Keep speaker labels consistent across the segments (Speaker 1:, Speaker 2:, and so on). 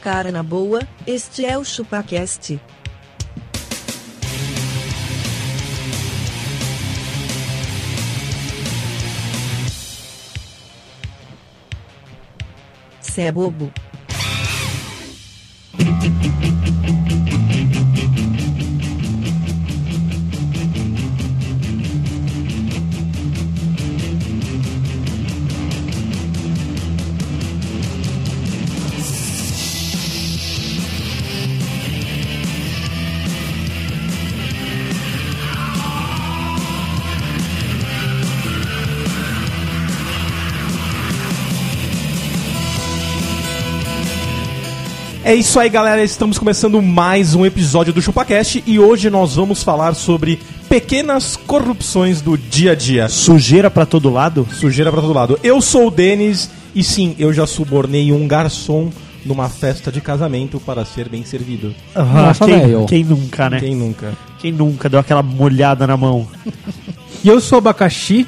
Speaker 1: Cara na boa, este é o ChupaCast. Cê é bobo.
Speaker 2: É isso aí, galera. Estamos começando mais um episódio do ChupaCast e hoje nós vamos falar sobre pequenas corrupções do dia a dia.
Speaker 3: Sujeira pra todo lado?
Speaker 2: Sujeira pra todo lado. Eu sou o Denis e sim, eu já subornei um garçom numa festa de casamento para ser bem servido.
Speaker 4: Nossa,
Speaker 3: Ah, quem,
Speaker 4: velho.
Speaker 3: quem nunca, né?
Speaker 2: Quem nunca?
Speaker 3: Quem nunca deu aquela molhada na mão?
Speaker 4: E eu sou abacaxi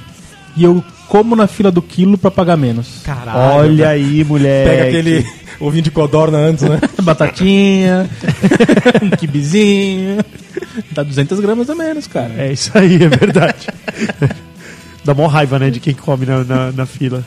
Speaker 4: e eu como na fila do quilo pra pagar menos.
Speaker 2: Caralho.
Speaker 3: Olha aí, mulher.
Speaker 4: É,
Speaker 2: Pega aquele ovinho de codorna antes, né?
Speaker 4: Batatinha, um kibizinho. Dá 200 gramas a menos, cara.
Speaker 3: É isso aí, é verdade. Dá mó raiva, né, de quem come na, na, na fila.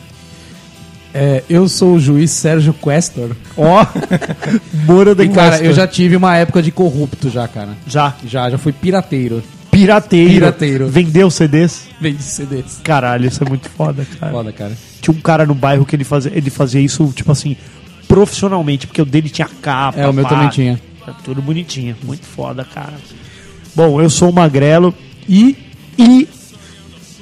Speaker 5: É, eu sou o juiz Sérgio Questor.
Speaker 3: Ó, Moura da
Speaker 5: E, cara,
Speaker 3: Costa.
Speaker 5: eu já tive uma época de corrupto já, cara.
Speaker 3: Já.
Speaker 5: Já, já fui pirateiro.
Speaker 3: Pirateiro.
Speaker 5: Pirateiro.
Speaker 3: Vendeu CDs.
Speaker 5: Vendi CDs.
Speaker 3: Caralho, isso é muito foda, cara.
Speaker 5: Foda, cara.
Speaker 3: Tinha um cara no bairro que ele fazia, ele fazia isso, tipo assim, profissionalmente, porque o dele tinha capa.
Speaker 5: É, o meu
Speaker 3: pá.
Speaker 5: também tinha.
Speaker 3: Tá tudo bonitinho. Muito foda, cara. Bom, eu sou o Magrelo e. e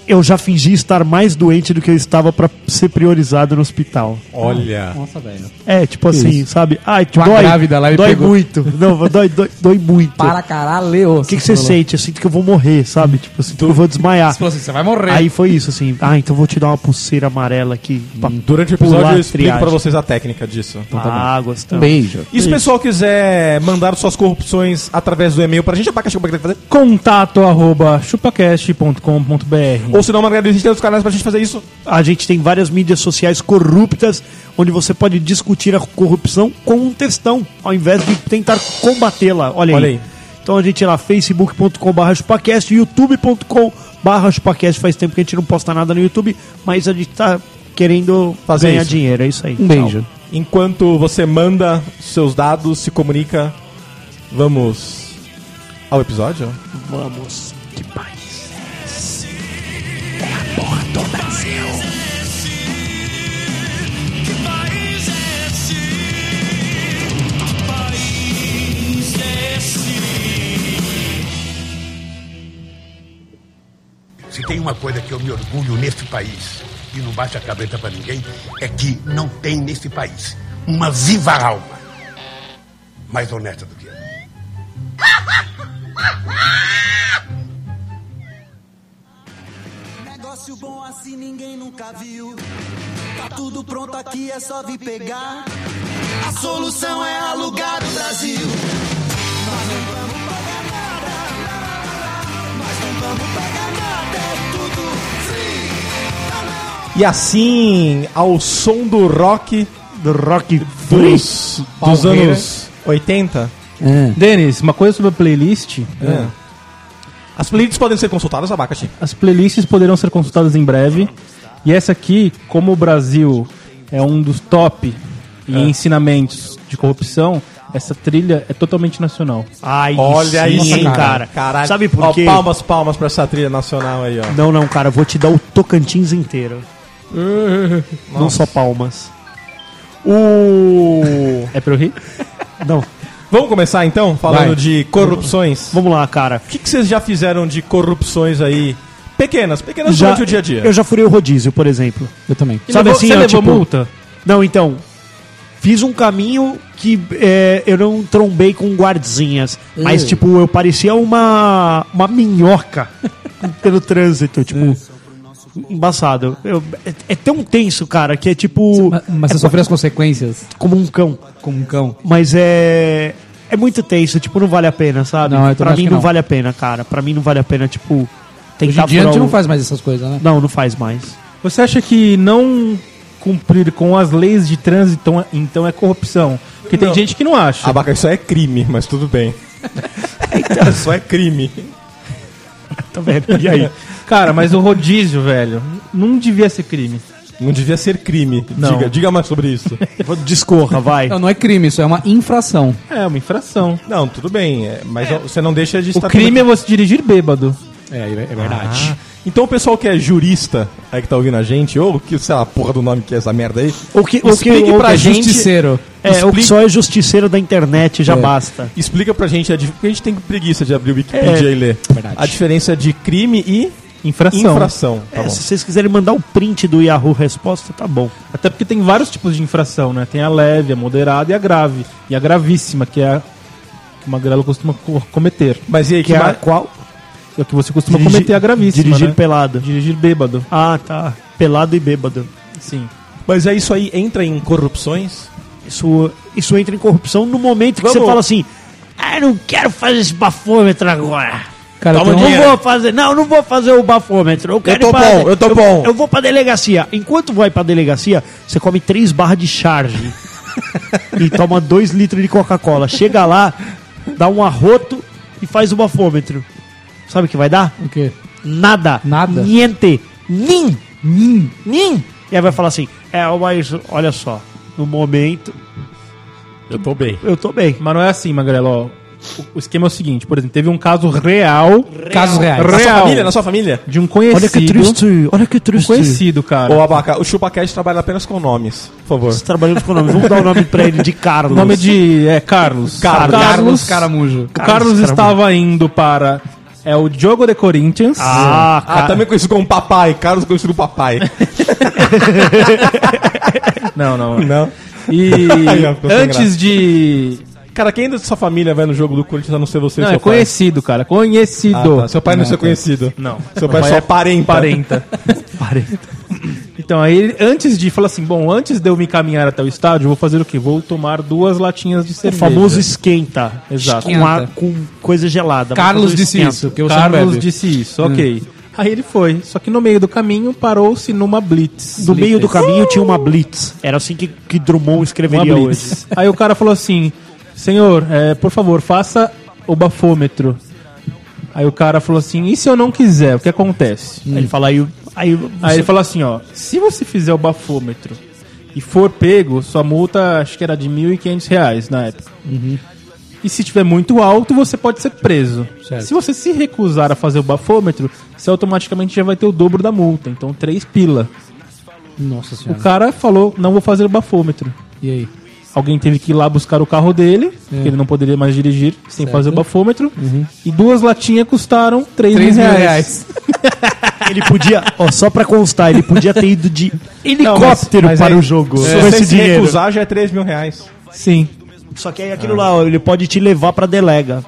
Speaker 3: eu já fingi estar mais doente do que eu estava pra ser priorizado no hospital.
Speaker 2: Olha.
Speaker 5: Nossa, velho.
Speaker 3: É, tipo assim, sabe? Ai,
Speaker 5: Uma
Speaker 3: dói,
Speaker 5: grávida lá e
Speaker 3: dói
Speaker 5: pegou.
Speaker 3: muito. Não, dói, dói, dói muito.
Speaker 5: Para caralho.
Speaker 3: O que, que você sente? Eu sinto que eu vou morrer, sabe? Tipo, eu sinto que eu vou desmaiar.
Speaker 5: Você falou assim, você vai morrer.
Speaker 3: Aí foi isso, assim. Ah, então eu vou te dar uma pulseira amarela aqui. Pra
Speaker 5: Hum,
Speaker 2: Durante o episódio
Speaker 3: pular
Speaker 2: eu
Speaker 3: a
Speaker 2: explico
Speaker 3: triagem.
Speaker 2: pra vocês a técnica disso.
Speaker 5: tá
Speaker 3: Ah,
Speaker 5: Então.
Speaker 3: gostamos.
Speaker 5: um Beijo.
Speaker 2: E se o pessoal quiser mandar suas corrupções através do e-mail pra gente, abacaxi, como é que tem que fazer?
Speaker 4: Contato arroba chupacast.com.br
Speaker 2: Ou se não, Margarida, a gente tem os canais pra gente fazer isso.
Speaker 3: A gente tem várias mídias sociais corruptas, onde você pode discutir a corrupção com um textão, ao invés de tentar combatê-la. Olha,
Speaker 2: Olha
Speaker 3: aí.
Speaker 2: aí.
Speaker 3: Então a gente é lá, facebook.com.br chupacast, youtube.com.br chupacast. Faz tempo que a gente não posta nada no YouTube, mas a gente tá querendo
Speaker 2: Fazer
Speaker 3: ganhar
Speaker 2: isso.
Speaker 3: dinheiro, é isso aí.
Speaker 5: Um beijo.
Speaker 2: Enquanto você manda seus dados, se comunica, vamos ao episódio?
Speaker 3: Tchau. Vamos. Que paz.
Speaker 6: Se tem uma coisa que eu me orgulho neste país, e não bate a cabeça para ninguém, é que não tem neste país uma viva alma mais honesta do que eu.
Speaker 7: Negócio bom assim ninguém nunca viu. Tá tudo pronto aqui, é só vir pegar. A solução é alugar o Brasil.
Speaker 2: E assim, ao som do rock
Speaker 3: Do Rock Free.
Speaker 2: dos, dos
Speaker 3: Palmeira.
Speaker 2: anos 80,
Speaker 4: Denis, uma coisa sobre a playlist.
Speaker 2: é. as playlists podem ser consultadas, abacaxi.
Speaker 4: As playlists poderão ser consultadas em breve. E essa aqui, como o Brasil é um dos top
Speaker 3: É.
Speaker 4: em ensinamentos de corrupção, essa trilha é totalmente nacional.
Speaker 3: Ai, sim, hein, cara.
Speaker 2: Caralho.
Speaker 3: Sabe por
Speaker 2: Ó,
Speaker 3: quê?
Speaker 2: palmas, palmas pra essa trilha nacional aí, ó.
Speaker 3: Não, não, cara, eu vou te dar o Tocantins inteiro. Não só palmas.
Speaker 2: O...
Speaker 4: É pra eu rir?
Speaker 3: Não,
Speaker 2: Vamos começar então, falando
Speaker 5: Vai.
Speaker 2: de corrupções.
Speaker 3: vamos lá, cara.
Speaker 2: O que, que vocês já fizeram de corrupções aí? Pequenas, pequenas durante o dia a dia.
Speaker 3: Eu já furei o rodízio, por exemplo.
Speaker 5: Eu também.
Speaker 4: E
Speaker 3: Sabe
Speaker 4: levou-
Speaker 3: assim,
Speaker 4: você
Speaker 3: ó,
Speaker 4: levou
Speaker 3: tipo-
Speaker 4: multa?
Speaker 3: Não, então. Fiz um caminho que é, eu não trombei com guardinhas.
Speaker 5: Hum.
Speaker 3: Mas, tipo, eu parecia uma, uma minhoca pelo trânsito, tipo. Embaçado. Eu- é, é tão tenso, cara, que é tipo.
Speaker 5: Mas, mas você sofreu as consequências
Speaker 3: Como um cão.
Speaker 5: como um cão.
Speaker 3: Mas é. É muito tenso, tipo, não vale a pena, sabe?
Speaker 5: Não, eu também
Speaker 3: pra
Speaker 5: acho
Speaker 3: mim
Speaker 5: que
Speaker 3: não
Speaker 5: não.
Speaker 3: vale a pena, cara. Pra mim não vale a pena, tipo,
Speaker 5: Hoje
Speaker 3: tentar
Speaker 5: em dia a
Speaker 3: furar
Speaker 5: gente
Speaker 3: o-
Speaker 5: não faz mais essas coisas, né?
Speaker 3: Não, não faz mais.
Speaker 4: Você acha que não cumprir com as leis de trânsito, então- então é corrupção. Porque tem gente que não acha.
Speaker 2: Abaca, isso é crime, mas tudo bem. então, isso é crime.
Speaker 3: Tá vendo? E aí?
Speaker 4: Cara, mas o rodízio, velho, não devia ser crime.
Speaker 2: Não devia ser crime.
Speaker 4: Não.
Speaker 2: Diga, diga mais sobre isso.
Speaker 3: Vou- Discorra, vai.
Speaker 5: Não, não é crime, isso é uma infração.
Speaker 4: É uma infração.
Speaker 2: não, tudo bem, é, mas você não deixa de
Speaker 4: O
Speaker 2: estar
Speaker 4: crime é você dirigir bêbado.
Speaker 3: É, é verdade.
Speaker 2: Então o pessoal que é jurista aí que tá ouvindo a gente, ou que, sei lá, a porra do nome que é essa merda aí,
Speaker 3: O que,
Speaker 5: Ah.
Speaker 3: o que,
Speaker 2: Explique
Speaker 3: o
Speaker 2: pra
Speaker 3: que-
Speaker 2: gente-
Speaker 5: Justiceiro.
Speaker 3: É, o que
Speaker 2: explique-
Speaker 3: só é justiceiro da internet já
Speaker 5: É.
Speaker 3: basta.
Speaker 2: explica pra gente, a dif- porque a gente tem preguiça de abrir o Wikipedia
Speaker 3: É,
Speaker 2: e ler.
Speaker 3: verdade.
Speaker 2: A diferença de crime e
Speaker 4: Infração.
Speaker 2: infração. Tá
Speaker 3: É,
Speaker 2: bom.
Speaker 3: se vocês quiserem mandar o print do Yahoo Resposta, tá bom.
Speaker 4: Até porque tem vários tipos de infração, né? Tem a leve, a moderada e a grave. E a gravíssima, que é a que o Magrelo costuma co- cometer.
Speaker 2: Mas e aí, que,
Speaker 3: Que é a
Speaker 2: ma-
Speaker 3: qual?
Speaker 4: É o que você costuma
Speaker 3: Dirigi-
Speaker 4: cometer a gravíssima,
Speaker 3: Dirigir
Speaker 4: né?
Speaker 3: pelado.
Speaker 4: Dirigir bêbado,
Speaker 3: Ah, tá. Pelado e bêbado.
Speaker 4: sim.
Speaker 2: mas é isso aí entra em corrupções?
Speaker 3: Isso, isso entra em corrupção no momento que
Speaker 2: Vamos.
Speaker 3: você fala assim: Ah, eu não quero fazer esse bafômetro agora.
Speaker 5: Cara,
Speaker 2: Toma
Speaker 5: tem
Speaker 2: de-
Speaker 5: um...
Speaker 3: Não
Speaker 2: dinheiro.
Speaker 3: vou fazer, não, não vou fazer o bafômetro. Eu, quero
Speaker 2: tô
Speaker 3: ir pra-
Speaker 2: bom, eu tô bom.
Speaker 3: Eu vou pra delegacia. Enquanto vai pra delegacia, você come três barras de charge e toma dois litros de Coca-Cola. Chega lá, dá um arroto e faz o bafômetro. Sabe o que vai dar?
Speaker 5: um- o quê?
Speaker 3: Nada.
Speaker 5: Nada.
Speaker 3: Niente. Nin. Nin. Nin. E aí vai falar assim: é, mas olha só, no momento
Speaker 2: Eu tô bem.
Speaker 3: eu tô bem.
Speaker 4: Mas não é assim, Magrelo, ó. O- O esquema é o seguinte, por exemplo, teve um caso real,
Speaker 5: Casos reais.
Speaker 2: Na sua
Speaker 4: Real.
Speaker 2: família? Na sua família?
Speaker 4: de um conhecido.
Speaker 3: Olha que triste, olha que
Speaker 4: Um
Speaker 3: triste.
Speaker 4: conhecido, cara.
Speaker 2: Ô, Abaca, o ChupaCast trabalha apenas com nomes, por favor.
Speaker 3: Nós Trabalhamos com nomes. Vamos dar o nome pra ele de Carlos.
Speaker 4: O nome de. É Carlos.
Speaker 2: Carlos.
Speaker 5: Carlos Caramujo.
Speaker 4: O Carlos
Speaker 3: Carlos
Speaker 4: estava indo para. É o Diogo de Corinthians.
Speaker 3: Ah,
Speaker 2: Ah,
Speaker 3: cara.
Speaker 2: também conhecido como papai. Carlos conhecido como papai.
Speaker 4: Não, não.
Speaker 2: não?
Speaker 4: E
Speaker 2: Aí, ó, ficou sem graça.
Speaker 4: antes de.
Speaker 2: Cara, quem da sua família vai no jogo do Corinthians a não ser você e
Speaker 4: Não, é
Speaker 2: seu pai?
Speaker 4: conhecido, cara.
Speaker 2: Ah,
Speaker 4: Conhecido.
Speaker 2: tá. Seu pai não, é seu conhecido.
Speaker 4: Não.
Speaker 2: Seu pai, só é parenta.
Speaker 4: Parenta. Então, aí, ele- antes de falar assim, bom, antes de eu me caminhar até o estádio, eu vou fazer o quê? Vou tomar duas latinhas de
Speaker 3: O
Speaker 4: cerveja.
Speaker 3: famoso esquenta.
Speaker 4: Exato.
Speaker 3: Com, a- com coisa gelada. Mas
Speaker 5: Carlos
Speaker 3: famoso
Speaker 5: disse
Speaker 3: esquenta.
Speaker 5: isso, que eu
Speaker 4: Carlos disse isso,
Speaker 3: Hum.
Speaker 4: ok. Aí ele foi. Só que no meio do caminho parou-se numa blitz.
Speaker 3: No meio do caminho tinha uma blitz. Era assim que, que Drummond
Speaker 4: Uma
Speaker 3: escreveria hoje.
Speaker 4: blitz. Aí o cara falou assim: Senhor, é, por favor, faça o bafômetro. Aí o cara falou assim: E se eu não quiser, o que acontece?
Speaker 3: Aí Ele fala aí... Aí,
Speaker 4: Aí ele falou assim: Ó, se você fizer o bafômetro e for pego, sua multa acho que era de R$ 1.500 reais na época. E se tiver muito alto, você pode ser preso. Se você se recusar a fazer o bafômetro, você automaticamente já vai ter o dobro da multa. Então, três pila.
Speaker 5: Nossa
Speaker 4: O
Speaker 5: senhora.
Speaker 4: cara falou: Não vou fazer o bafômetro.
Speaker 5: E aí?
Speaker 4: Alguém teve que ir lá buscar o carro dele, que ele não poderia mais dirigir sem fazer o bafômetro. E duas latinhas custaram 3,
Speaker 5: 3 mil
Speaker 4: reais.
Speaker 5: reais.
Speaker 3: ele podia... ó, só pra constar, ele podia ter ido de helicóptero
Speaker 4: mas
Speaker 3: para
Speaker 4: aí-
Speaker 3: o jogo.
Speaker 2: Se
Speaker 3: Com
Speaker 2: você
Speaker 3: esse
Speaker 2: se
Speaker 3: dinheiro.
Speaker 2: recusar, já é 3 mil reais.
Speaker 4: Sim.
Speaker 3: Só que aí é aquilo lá, ó, ele pode te levar pra delega.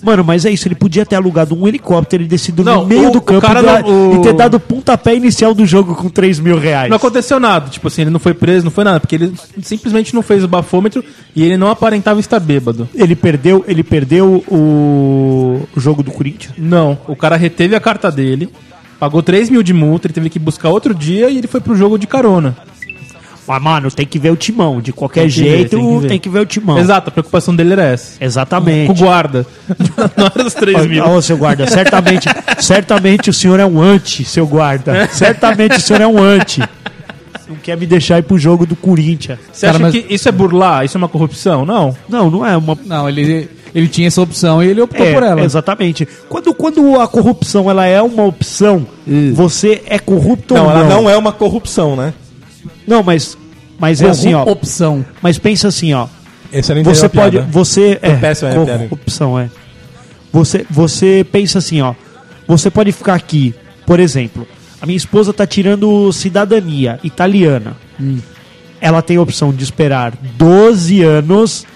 Speaker 3: Mano, mas é isso, ele podia ter alugado um helicóptero e descido
Speaker 4: Não,
Speaker 3: no meio
Speaker 4: o-
Speaker 3: do
Speaker 4: o
Speaker 3: campo
Speaker 4: cara
Speaker 3: da-
Speaker 4: não- o-
Speaker 3: e ter dado o pontapé inicial do jogo com 3 mil reais.
Speaker 4: Não aconteceu nada, tipo assim, ele não foi preso, não foi nada, porque ele simplesmente não fez o bafômetro e ele não aparentava estar bêbado.
Speaker 3: Ele perdeu, ele perdeu o, o jogo do Corinthians.
Speaker 4: Não, o cara reteve a carta dele, pagou 3 mil de multa, ele teve que buscar outro dia e ele foi pro jogo de carona.
Speaker 3: Mas, Ah, mano, tem que ver o timão. De qualquer
Speaker 4: Tem que ver,
Speaker 3: jeito,
Speaker 4: tem
Speaker 3: tem,
Speaker 4: que
Speaker 3: que
Speaker 4: ver.
Speaker 3: ver o timão.
Speaker 4: Exato, a preocupação dele era essa. Com o
Speaker 3: Exatamente.
Speaker 4: guarda. Na hora dos 3 mil.
Speaker 3: Ô, seu guarda, certamente, certamente o senhor é um anti, seu guarda. Certamente o senhor é um anti. Não quer me deixar ir pro jogo do Corinthians.
Speaker 4: Você acha
Speaker 5: Cara, mas-
Speaker 4: que isso é burlar? Isso é uma corrupção? Não.
Speaker 3: Não, não é uma.
Speaker 5: Não, ele, ele tinha essa opção e ele optou
Speaker 3: É,
Speaker 5: por ela.
Speaker 3: Exatamente. Quando, quando a corrupção ela é uma opção, você é corrupto
Speaker 2: Não,
Speaker 3: ou
Speaker 2: ela
Speaker 3: não?
Speaker 2: não é uma corrupção, né?
Speaker 3: Não, mas, mas é assim, ó.
Speaker 5: Opção.
Speaker 3: Mas pensa assim, ó.
Speaker 2: Esse era
Speaker 3: Você pode. Você é
Speaker 2: péssimo, né, Pedro?
Speaker 3: corrupção, é. Você, você pensa assim, ó. Você pode ficar aqui, por exemplo, a minha esposa tá tirando cidadania italiana. Ela tem a opção de esperar 12 anos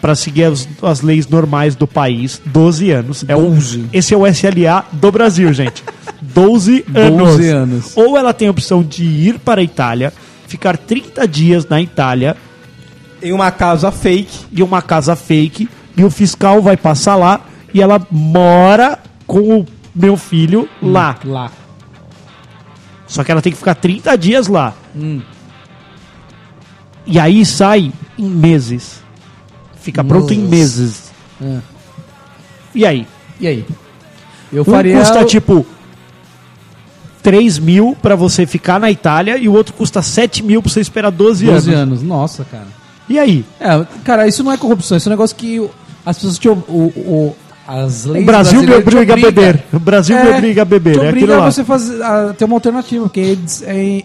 Speaker 3: para seguir as, as leis normais do país. 12 anos. É o, esse é o SLA do Brasil, gente. 12 anos.
Speaker 5: 12 anos.
Speaker 3: Ou ela tem a opção de ir para a Itália, ficar 30 dias na Itália
Speaker 2: Em uma casa fake.
Speaker 3: de uma casa fake e o fiscal vai passar lá e ela mora com o meu filho lá.
Speaker 5: Lá. Hum.
Speaker 3: Só que ela tem que ficar 30 dias lá. E aí sai em meses. Fica pronto em
Speaker 5: Nossa.
Speaker 3: meses.
Speaker 5: É.
Speaker 3: E aí?
Speaker 5: E aí? Eu
Speaker 3: Um
Speaker 5: faria.
Speaker 3: custa tipo 3 mil pra você ficar na Itália e o outro custa 7 mil pra você esperar 12,
Speaker 5: 12
Speaker 3: anos.
Speaker 5: anos. Nossa, cara.
Speaker 3: E aí?
Speaker 5: É, cara, isso não é corrupção, isso é um negócio que o- as pessoas te. O, o, o- as leis
Speaker 3: O Brasil me
Speaker 5: brasileiras te
Speaker 3: obriga a
Speaker 5: obrigam-
Speaker 3: beber. O Brasil me
Speaker 5: É,
Speaker 3: obriga a beber.
Speaker 5: Te
Speaker 3: É
Speaker 5: obriga
Speaker 3: aquilo lá.
Speaker 5: a você fazer, a ter uma alternativa, porque é des- é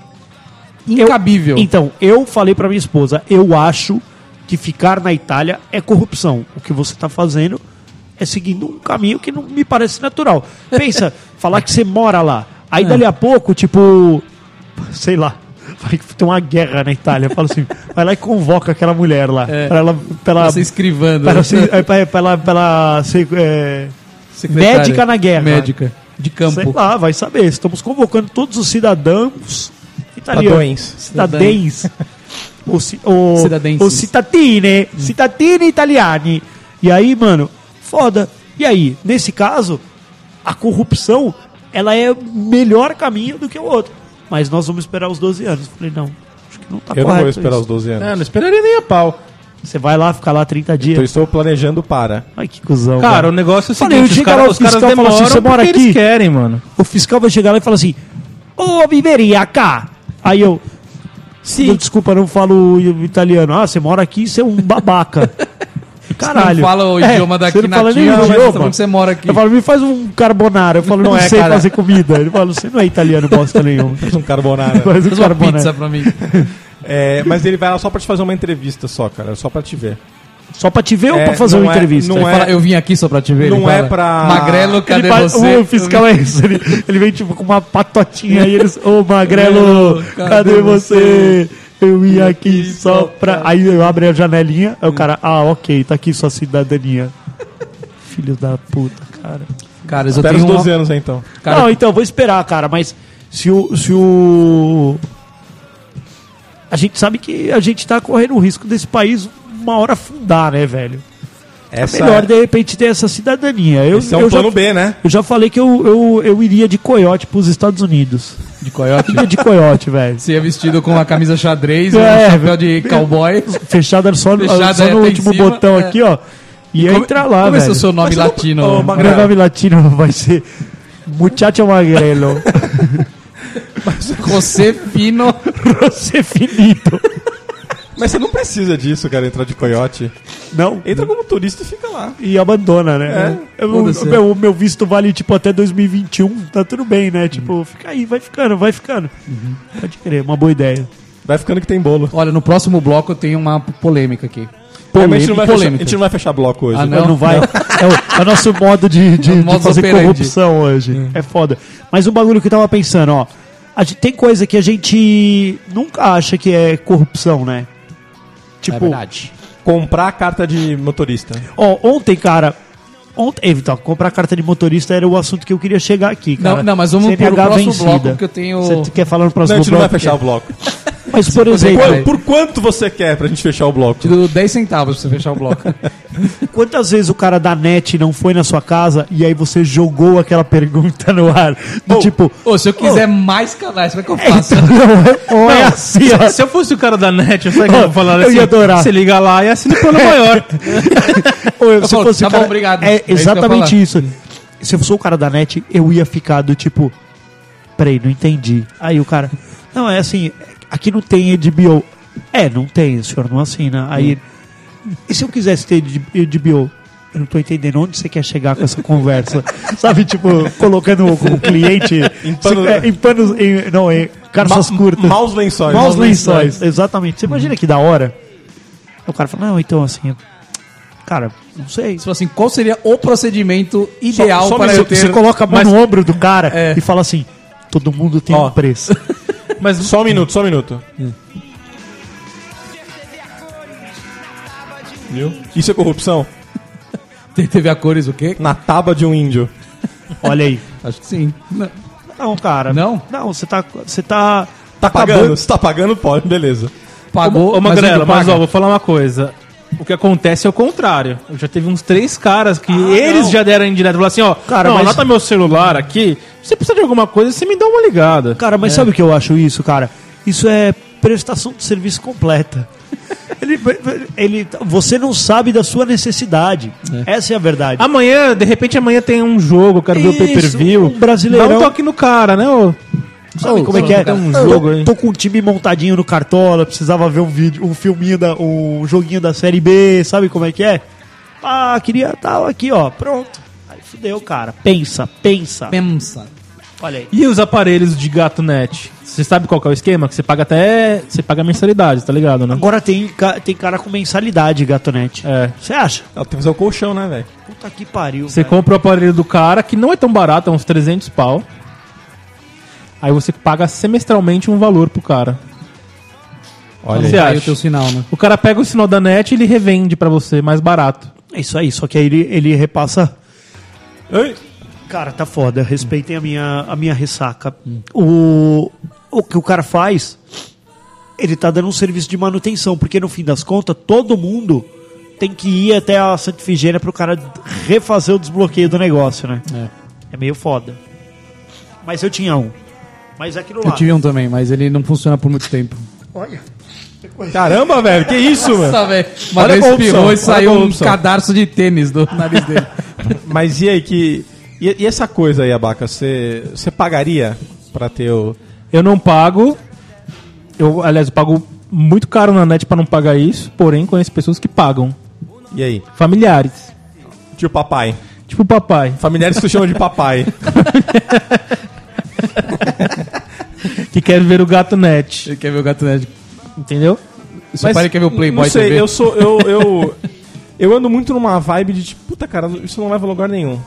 Speaker 5: incabível.
Speaker 3: Então, eu falei pra minha esposa, eu acho que ficar na Itália é corrupção. O que você tá fazendo é seguindo um caminho que não me parece natural. Pensa, falar que você mora lá. Aí
Speaker 5: É.
Speaker 3: dali a pouco, tipo, sei lá, vai ter uma guerra na Itália. Fala assim, vai lá e convoca aquela mulher lá.
Speaker 5: É.
Speaker 3: Pra ela, pra ela,
Speaker 5: Tá se escrivando.
Speaker 3: pra ela ser- é, pra- pra ela- pra ela ser, é,
Speaker 5: Secretária.
Speaker 3: médica na guerra.
Speaker 5: Médica. De
Speaker 2: um
Speaker 5: campo.
Speaker 3: sei lá, vai saber. Estamos convocando todos os cidadãos italianos.
Speaker 2: Padões.
Speaker 3: Cidadãs. ou, ci- ou,
Speaker 5: Cidadenses.
Speaker 3: ou cittadine. Cittadine italiani. E aí, mano, foda. E aí, nesse caso, a corrupção, ela é melhor caminho do que o outro. Mas nós vamos esperar os 12 anos. Eu Falei, não, acho que não tá
Speaker 2: Eu não
Speaker 3: correto
Speaker 2: vou esperar
Speaker 3: isso.
Speaker 2: os 12 anos.
Speaker 4: Ah, não esperaria nem a pau.
Speaker 3: Você vai lá, ficar lá 30 dias.
Speaker 2: Eu estou planejando para.
Speaker 3: Ai, que cuzão.
Speaker 4: Cara,
Speaker 3: velho.
Speaker 4: o negócio é o
Speaker 3: Falei,
Speaker 4: seguinte,
Speaker 3: eu
Speaker 4: os,
Speaker 3: tinha que
Speaker 4: cara,
Speaker 3: lá, o
Speaker 4: os caras
Speaker 3: fiscal falou
Speaker 4: demoram
Speaker 3: assim, "Você mora
Speaker 4: porque
Speaker 3: aqui?"
Speaker 4: eles querem, mano.
Speaker 3: o fiscal vai chegar lá e falar assim, ô, viveria cá. Aí eu, Não, desculpa, não falo italiano. Ah, você mora aqui, você é um babaca. Caralho. É,
Speaker 5: Você não fala o idioma daqui
Speaker 3: você não fala nem
Speaker 5: nativo,
Speaker 3: o
Speaker 5: mas
Speaker 3: idioma.
Speaker 5: tá falando que você mora aqui.
Speaker 3: Eu falo, me faz um carbonara. Eu falo, não,
Speaker 5: Não é,
Speaker 3: sei
Speaker 5: cara.
Speaker 3: fazer comida. Ele fala, você não é italiano bosta nenhuma.
Speaker 2: Um carbonara.
Speaker 3: Faz um
Speaker 5: Faz uma
Speaker 3: carbonara.
Speaker 5: pizza pra mim.
Speaker 2: É, mas ele vai lá só pra te fazer uma entrevista só, cara. Só pra te ver.
Speaker 3: Só pra te ver ou
Speaker 2: É,
Speaker 3: pra fazer
Speaker 2: não
Speaker 3: uma
Speaker 2: é-
Speaker 3: entrevista?
Speaker 2: não
Speaker 5: Ele
Speaker 2: é-
Speaker 5: fala, eu vim aqui só pra te ver. ele
Speaker 2: não é
Speaker 5: fala.
Speaker 2: pra-
Speaker 5: Magrelo,
Speaker 3: Ele
Speaker 5: cadê
Speaker 3: faz-
Speaker 5: você?
Speaker 3: O fiscal é isso. Ele, ele vem tipo com uma patotinha e eles. Ô magrelo, cadê, você? Eu ia aqui só pra. Aí eu abro a janelinha, aí o cara, ah, ok, tá aqui sua cidadania. Filho da puta, cara.
Speaker 5: Cara, eu
Speaker 2: Espera
Speaker 5: tenho
Speaker 2: os
Speaker 5: uma...
Speaker 2: 12 anos aí, então.
Speaker 5: Cara,
Speaker 3: Não, então, vou esperar, cara, mas se o. Se o... A gente sabe que a gente tá correndo o risco desse país uma hora afundar, né, velho?
Speaker 2: Essa, é-
Speaker 3: Melhor, de repente, ter essa cidadania. Eu,
Speaker 2: esse é um
Speaker 3: eu já
Speaker 2: plano B, né?
Speaker 3: eu já falei que eu, eu, eu iria de coiote pros Estados Unidos.
Speaker 5: de coiote.
Speaker 3: Iria de coiote, velho.
Speaker 5: Você é vestido com uma camisa xadrez,
Speaker 3: É,
Speaker 5: um chapéu de cowboy.
Speaker 3: Fechada só, no-
Speaker 5: Fechada
Speaker 3: só
Speaker 5: é,
Speaker 3: no
Speaker 5: até em
Speaker 3: último
Speaker 5: cima,
Speaker 3: botão
Speaker 5: é.
Speaker 3: aqui, ó. E ia entrar lá,
Speaker 5: Como é
Speaker 3: velho.
Speaker 5: o seu nome
Speaker 2: Mas eu não-
Speaker 5: latino?
Speaker 2: Ô,
Speaker 5: Magrelo?
Speaker 3: Meu nome latino vai ser Muchacho Magrelo.
Speaker 5: É. Você fino.
Speaker 3: Você finito.
Speaker 2: Mas você não precisa disso, cara, entrar de coiote.
Speaker 3: Não.
Speaker 2: Entra como turista e fica lá.
Speaker 3: E abandona, né? Eu-
Speaker 5: É, foda-se.
Speaker 3: o meu, o meu visto vale, tipo, até 2021. Tá tudo bem, né?
Speaker 5: Uhum.
Speaker 3: Tipo, fica aí, vai ficando, vai ficando. Pode crer, uma boa ideia.
Speaker 2: Vai ficando que tem bolo.
Speaker 5: Olha, no próximo bloco eu tenho uma polêmica aqui.
Speaker 2: É, mas a, gente não vai fechar,
Speaker 5: polêmica.
Speaker 2: a gente não vai fechar bloco hoje.
Speaker 5: Ah,
Speaker 3: Não, não vai. É, o, é o nosso modo de, de-
Speaker 5: É o
Speaker 3: de
Speaker 5: modus
Speaker 3: fazer
Speaker 5: operandi.
Speaker 3: corrupção hoje. É foda. Mas um bagulho que eu tava pensando, ó. A gente, tem coisa que a gente nunca acha que é corrupção, né? Tipo,
Speaker 5: É verdade.
Speaker 2: Comprar a carta de motorista.
Speaker 3: ó, ontem, cara. Ontem, então, comprar carta de motorista era o assunto que eu queria chegar aqui, cara.
Speaker 5: Não, não, mas vamos
Speaker 3: CNH
Speaker 5: pro próximo
Speaker 3: vencida.
Speaker 5: bloco, que eu tenho-
Speaker 3: Você quer falar no
Speaker 2: Não, a
Speaker 3: próximo
Speaker 2: gente não vai
Speaker 3: bloco?
Speaker 2: fechar o bloco.
Speaker 3: Mas, por
Speaker 5: Vai.
Speaker 3: exemplo,
Speaker 2: Por, por quanto você quer pra gente fechar o bloco?
Speaker 5: Te dou 10 centavos pra você fechar o bloco.
Speaker 3: Quantas vezes o cara da net não foi na sua casa e aí você jogou aquela pergunta no ar? Do tipo.
Speaker 5: Ô, se eu quiser mais canais, como é que eu
Speaker 3: então.
Speaker 5: faço?
Speaker 3: Não, é assim, ó.
Speaker 4: Se eu fosse o cara da net, eu sei que eu falaria
Speaker 3: Eu
Speaker 4: assim,
Speaker 3: ia adorar.
Speaker 4: Você liga lá e assina o plano maior.
Speaker 3: Ou É. eu, se
Speaker 5: falo,
Speaker 3: fosse
Speaker 5: tá
Speaker 3: o cara,
Speaker 5: bom, obrigado.
Speaker 3: É
Speaker 5: É isso que eu ia
Speaker 3: exatamente
Speaker 5: falar.
Speaker 3: isso. Se eu fosse o cara da net, eu ia ficar do tipo. Peraí, não entendi. Aí o cara. Não, é assim, aqui não tem HBO. É, não tem, o senhor não assina. Aí.
Speaker 5: Hum.
Speaker 3: E se eu quisesse ter HBO? Eu não tô entendendo onde você quer chegar com essa conversa. Sabe, tipo, colocando o, o cliente
Speaker 2: Em pano-
Speaker 3: é, em panos. em- não, em calças curtas.
Speaker 2: Maus lençóis.
Speaker 3: Maus lençóis, exatamente. Você imagina que da hora? O cara fala, não, então assim. Cara, não sei.
Speaker 5: Você fala assim, qual seria o procedimento
Speaker 3: Só-
Speaker 5: ideal
Speaker 3: só
Speaker 5: É para
Speaker 3: me-
Speaker 5: eu ter...
Speaker 3: Você coloca a mão
Speaker 4: Mas-
Speaker 3: no ombro do cara
Speaker 5: É.
Speaker 3: e fala assim: todo mundo tem
Speaker 2: Ó.
Speaker 3: um preço.
Speaker 4: Mas
Speaker 2: Só um minuto, só um minuto. Viu? Isso é corrupção?
Speaker 5: Ter TV a cores o quê?
Speaker 2: Na taba de um índio.
Speaker 3: Olha aí.
Speaker 5: Acho que sim. Não.
Speaker 3: Não, cara.
Speaker 5: Não?
Speaker 3: Não, você tá. Você tá.
Speaker 2: Tá
Speaker 3: Acabou.
Speaker 2: pagando? Se tá pagando, pode, beleza.
Speaker 5: Pagou,
Speaker 4: Ô, Magrela,
Speaker 5: ainda
Speaker 4: mas,
Speaker 5: paga.
Speaker 4: ó, vou falar uma coisa. O que acontece é o contrário. Eu já teve uns três caras que eles já deram indireto. Falaram assim, ó,
Speaker 3: Cara,
Speaker 4: não,
Speaker 3: mas-
Speaker 4: anota meu celular aqui. Se você precisa de alguma coisa, você me dá uma ligada.
Speaker 3: Cara, mas sabe o que eu acho isso, cara? Isso é prestação de serviço completa. Ele, ele, você não sabe da sua necessidade. Essa é a verdade.
Speaker 4: Amanhã, de repente, amanhã tem um jogo, eu quero ver o
Speaker 3: Isso,
Speaker 4: pay-per-view.
Speaker 3: um brasileirão.
Speaker 4: Dá um toque no cara, né? ô?
Speaker 3: Sabe como é que é?
Speaker 4: tem um
Speaker 3: Eu
Speaker 4: jogo
Speaker 3: tô-
Speaker 4: aí.
Speaker 3: tô com um time montadinho no cartola, precisava ver um vídeo, um filminho, da, um joguinho da série B, sabe como é que é? Ah, queria tal aqui, ó, pronto. Aí fudeu, cara. Pensa, pensa.
Speaker 5: Pensa.
Speaker 3: Olha aí.
Speaker 4: E os aparelhos de gato net? Você sabe qual que é o esquema? Que você paga até. Você paga mensalidade, tá ligado, né?
Speaker 3: Agora tem, ca- tem cara com mensalidade, Gatonete.
Speaker 4: É.
Speaker 3: Você acha?
Speaker 2: Ela tem que usar o colchão, né, velho?
Speaker 3: Puta que pariu.
Speaker 4: Você
Speaker 3: velho.
Speaker 4: compra o aparelho do cara, que não é tão barato, é uns 300 pau. Aí você paga semestralmente um valor pro cara. Olha você
Speaker 5: Aí o
Speaker 4: acha?
Speaker 5: teu sinal, né?
Speaker 4: O cara pega o sinal da net e ele revende pra você mais barato.
Speaker 3: É isso aí, só que aí ele, ele repassa.
Speaker 2: Ei!
Speaker 3: Cara, tá foda. Respeitem a minha, a minha ressaca. O, o que o cara faz, ele tá dando um serviço de manutenção, porque no fim das contas, todo mundo tem que ir até a Santa Figênia pro cara refazer o desbloqueio do negócio, né? É, meio foda. Mas eu tinha um. Mas é aquilo lá.
Speaker 5: Eu tive um também, mas ele não funciona por muito tempo.
Speaker 2: Caramba, velho, que isso, mano?
Speaker 5: Nossa, Tá, velho. Uma
Speaker 2: Olha a
Speaker 5: vez
Speaker 2: corrupção,
Speaker 5: espirrou
Speaker 2: olha
Speaker 5: e
Speaker 2: a
Speaker 5: saiu um
Speaker 2: corrupção.
Speaker 5: cadarço de tênis do nariz dele.
Speaker 2: Mas e aí, que. E, e essa coisa aí, Abaca? Você você pagaria pra ter o.
Speaker 4: Eu não pago. Eu, aliás, eu pago muito caro na net pra não pagar isso, porém conheço pessoas que pagam.
Speaker 2: E aí?
Speaker 4: Familiares.
Speaker 2: Tio papai.
Speaker 4: Tipo o papai.
Speaker 2: Familiares que chamam de papai.
Speaker 4: Que quer ver o gato net.
Speaker 5: Ele quer ver o gato nerd.
Speaker 4: Entendeu?
Speaker 5: Seu pai quer ver o é Playboy
Speaker 2: não sei,
Speaker 5: TV.
Speaker 2: eu sou. Eu, eu, eu ando muito numa vibe de tipo, puta cara, isso não leva a lugar nenhum.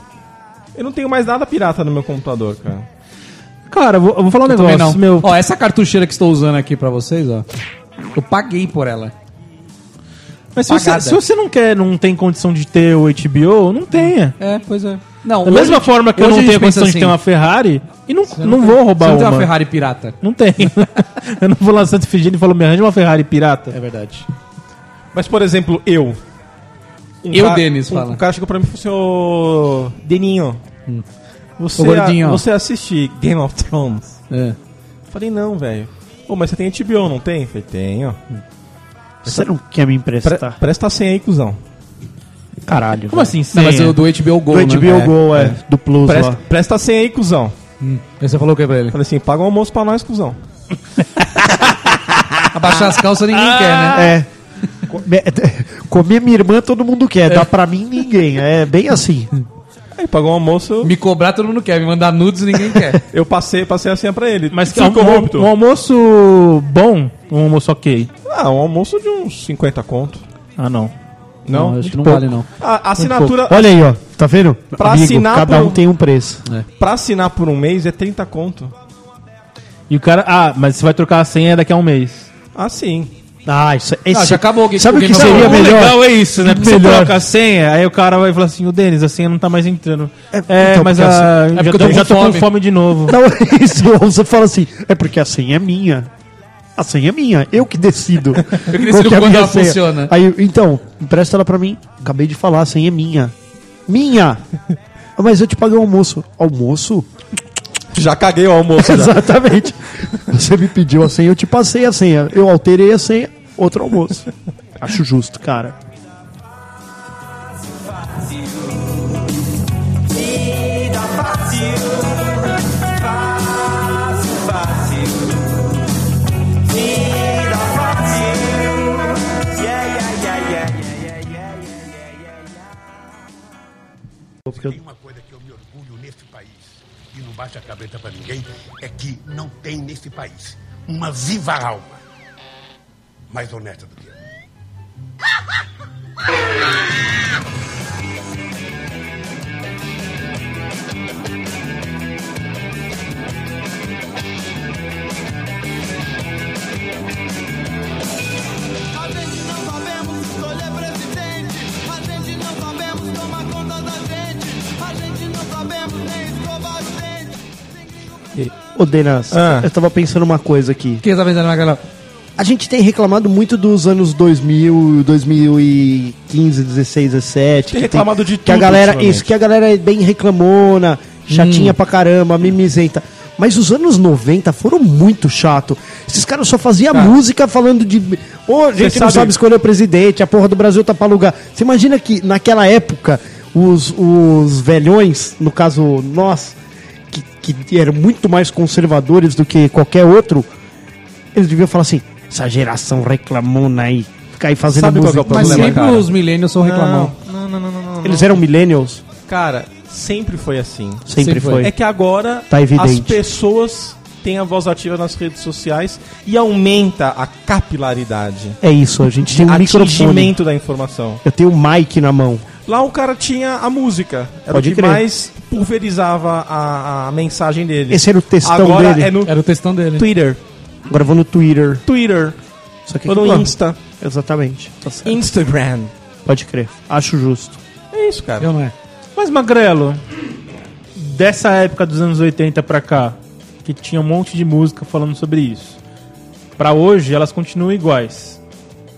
Speaker 2: Eu não tenho mais nada pirata no meu computador, cara.
Speaker 4: Cara, eu vou, eu vou falar um
Speaker 5: Também não.
Speaker 4: negócio. Meu,
Speaker 5: Ó, essa cartucheira que estou usando aqui pra vocês, ó. Eu paguei por ela.
Speaker 4: mas se você,
Speaker 5: pagada.
Speaker 4: se você não quer, não tem condição de ter o HBO, não tenha.
Speaker 5: É, pois é. Não,
Speaker 4: Da mesma forma que eu não tenho condição de ter uma Ferrari, e não, não vou roubar
Speaker 5: Você assim, não tem
Speaker 4: uma.
Speaker 5: uma Ferrari pirata.
Speaker 4: Não tenho. eu não vou lá na Santa Efigênia e falo, me arranja uma Ferrari pirata.
Speaker 5: verdade.
Speaker 2: Mas, por exemplo, eu. Um
Speaker 5: Eu,
Speaker 2: ca-
Speaker 5: Denis,
Speaker 2: um,
Speaker 5: fala. Hum.
Speaker 2: O cara chegou pra mim e falou assim, ô. Deninho. Você,
Speaker 5: Ô, gordinho,
Speaker 2: a-
Speaker 5: ó."
Speaker 2: você assiste Game of Thrones?
Speaker 5: É.
Speaker 2: Falei, não, velho. Ô, mas você tem HBO, não tem? Falei, tenho.
Speaker 3: Você não quer me
Speaker 2: Pre
Speaker 3: emprestar?
Speaker 2: Presta a senha aí, cuzão.
Speaker 3: Caralho.
Speaker 4: Como assim?
Speaker 5: Não, mas
Speaker 4: senha?
Speaker 5: o do HBO Go,
Speaker 3: Do HBO
Speaker 5: né?
Speaker 3: Go, é. Do Plus
Speaker 2: Presta,
Speaker 3: lá.
Speaker 2: presta a senha aí, cuzão.
Speaker 5: Aí Hum. você falou o que pra ele?
Speaker 2: Falei assim, paga o almoço pra nós, cuzão.
Speaker 5: Abaixar as calças ninguém quer, né?
Speaker 3: É. Comer, comer minha irmã todo mundo
Speaker 5: É.
Speaker 3: quer, dá pra mim ninguém. É bem assim.
Speaker 2: Aí pagou o almoço, eu-
Speaker 5: Me cobrar todo mundo quer, me mandar nudes ninguém quer.
Speaker 2: eu passei, passei a senha pra ele.
Speaker 4: Mas que
Speaker 2: Fui
Speaker 4: é um, um, um almoço bom, um almoço ok.
Speaker 2: Ah, um almoço de uns 50 conto.
Speaker 4: Ah, não.
Speaker 2: Não?
Speaker 5: acho que não
Speaker 2: pouco.
Speaker 5: vale, não.
Speaker 2: A assinatura,
Speaker 3: Olha aí, ó. Tá vendo?
Speaker 2: Pra assinar
Speaker 3: cada
Speaker 2: pro-
Speaker 3: um tem um preço.
Speaker 2: pra assinar por um mês é 30 conto.
Speaker 4: E o cara, ah, mas você vai trocar a senha daqui a um mês.
Speaker 2: Ah, sim.
Speaker 3: Ah, isso é.
Speaker 5: já acabou o
Speaker 3: o
Speaker 5: Game-
Speaker 3: que Sabe
Speaker 5: o
Speaker 3: o que
Speaker 5: Game of
Speaker 3: seria
Speaker 5: Thrones.
Speaker 3: melhor?
Speaker 4: é isso, né? Porque
Speaker 3: Melhor.
Speaker 4: você troca a senha, aí o cara vai falar assim, o Denis, a senha não tá mais entrando. É,
Speaker 3: então,
Speaker 4: mas
Speaker 3: porque
Speaker 4: a,
Speaker 5: é
Speaker 4: já,
Speaker 5: porque eu tô
Speaker 4: tô,
Speaker 5: com
Speaker 4: já tô com
Speaker 5: fome.
Speaker 4: fome de novo.
Speaker 3: Não, é isso. Ou Você fala assim, é porque a senha é minha. A senha é minha, eu que decido. eu que
Speaker 5: decido
Speaker 3: é a
Speaker 5: quando
Speaker 3: minha
Speaker 5: ela funciona.
Speaker 3: Aí, então, empresta ela pra mim. Acabei de falar, a senha é minha. Minha! Ah, Mas eu te paguei o almoço. Almoço?
Speaker 2: Já caguei o almoço. já.
Speaker 3: Exatamente. Você me pediu a senha, eu te passei a senha. Eu alterei a senha, outro almoço. Acho justo, cara.
Speaker 6: Tem uma coisa que eu me orgulho neste país e não baixa a cabeça para ninguém é que não tem neste país uma viva alma mais honesta do que eu.
Speaker 7: A gente não sabemos escolher presidente. A gente não sabemos tomar conta da gente. A gente não sabemos nem escovar os dentes.
Speaker 3: Ô, Denas,
Speaker 2: Ah.
Speaker 3: eu tava pensando uma coisa aqui.
Speaker 5: Quem tá pensando naquela...
Speaker 3: A gente tem reclamado muito dos anos 2000, 2015, 16, 17.
Speaker 2: Tem
Speaker 3: que
Speaker 2: reclamado de
Speaker 3: que a
Speaker 2: tudo
Speaker 3: galera,
Speaker 2: ultimamente.
Speaker 3: Isso, que a galera é bem reclamona, chatinha pra caramba, mimizenta. Mas os anos 90 foram muito chato. Esses caras só faziam música falando de. Ô, a gente não
Speaker 2: sabe-
Speaker 3: sabe escolher o presidente, a porra do Brasil tá pra lugar. Você imagina que naquela época, os, os velhões, no caso nós, que, que eram muito mais conservadores do que qualquer outro, eles deviam falar assim: essa geração reclamona aí, ficar aí fazendo
Speaker 2: Sabe qual que é
Speaker 3: música.
Speaker 2: o
Speaker 5: Mas
Speaker 2: Problema,
Speaker 5: sempre
Speaker 2: cara.
Speaker 5: os millennials são reclamão.
Speaker 2: Não, não, não, não, não.
Speaker 3: Eles eram millennials?
Speaker 2: Cara, sempre foi assim.
Speaker 3: Sempre,
Speaker 5: Sempre foi.
Speaker 3: foi.
Speaker 2: É que agora
Speaker 3: Tá evidente.
Speaker 2: as pessoas têm a voz ativa nas redes sociais e aumenta a capilaridade.
Speaker 3: É isso, a gente tem um microfone.
Speaker 2: atingimento da informação.
Speaker 3: Eu tenho um mic na mão.
Speaker 2: Lá o cara tinha a música. Era
Speaker 3: Pode
Speaker 2: o que
Speaker 3: crer.
Speaker 2: mais pulverizava a, a mensagem dele.
Speaker 3: Esse era o textão
Speaker 2: Agora
Speaker 3: dele.
Speaker 2: é no
Speaker 5: Era o textão dele.
Speaker 2: Twitter.
Speaker 3: Agora eu vou no Twitter.
Speaker 2: Twitter.
Speaker 3: Só que
Speaker 2: Ou no
Speaker 3: Ah,
Speaker 2: Insta.
Speaker 3: Exatamente. Tá certo.
Speaker 2: Instagram.
Speaker 3: Pode crer. Acho justo.
Speaker 2: É isso, cara.
Speaker 5: Eu não é.
Speaker 4: Mas, Magrelo, dessa época dos anos 80 pra cá, que tinha um monte de música falando sobre isso, pra hoje elas continuam iguais.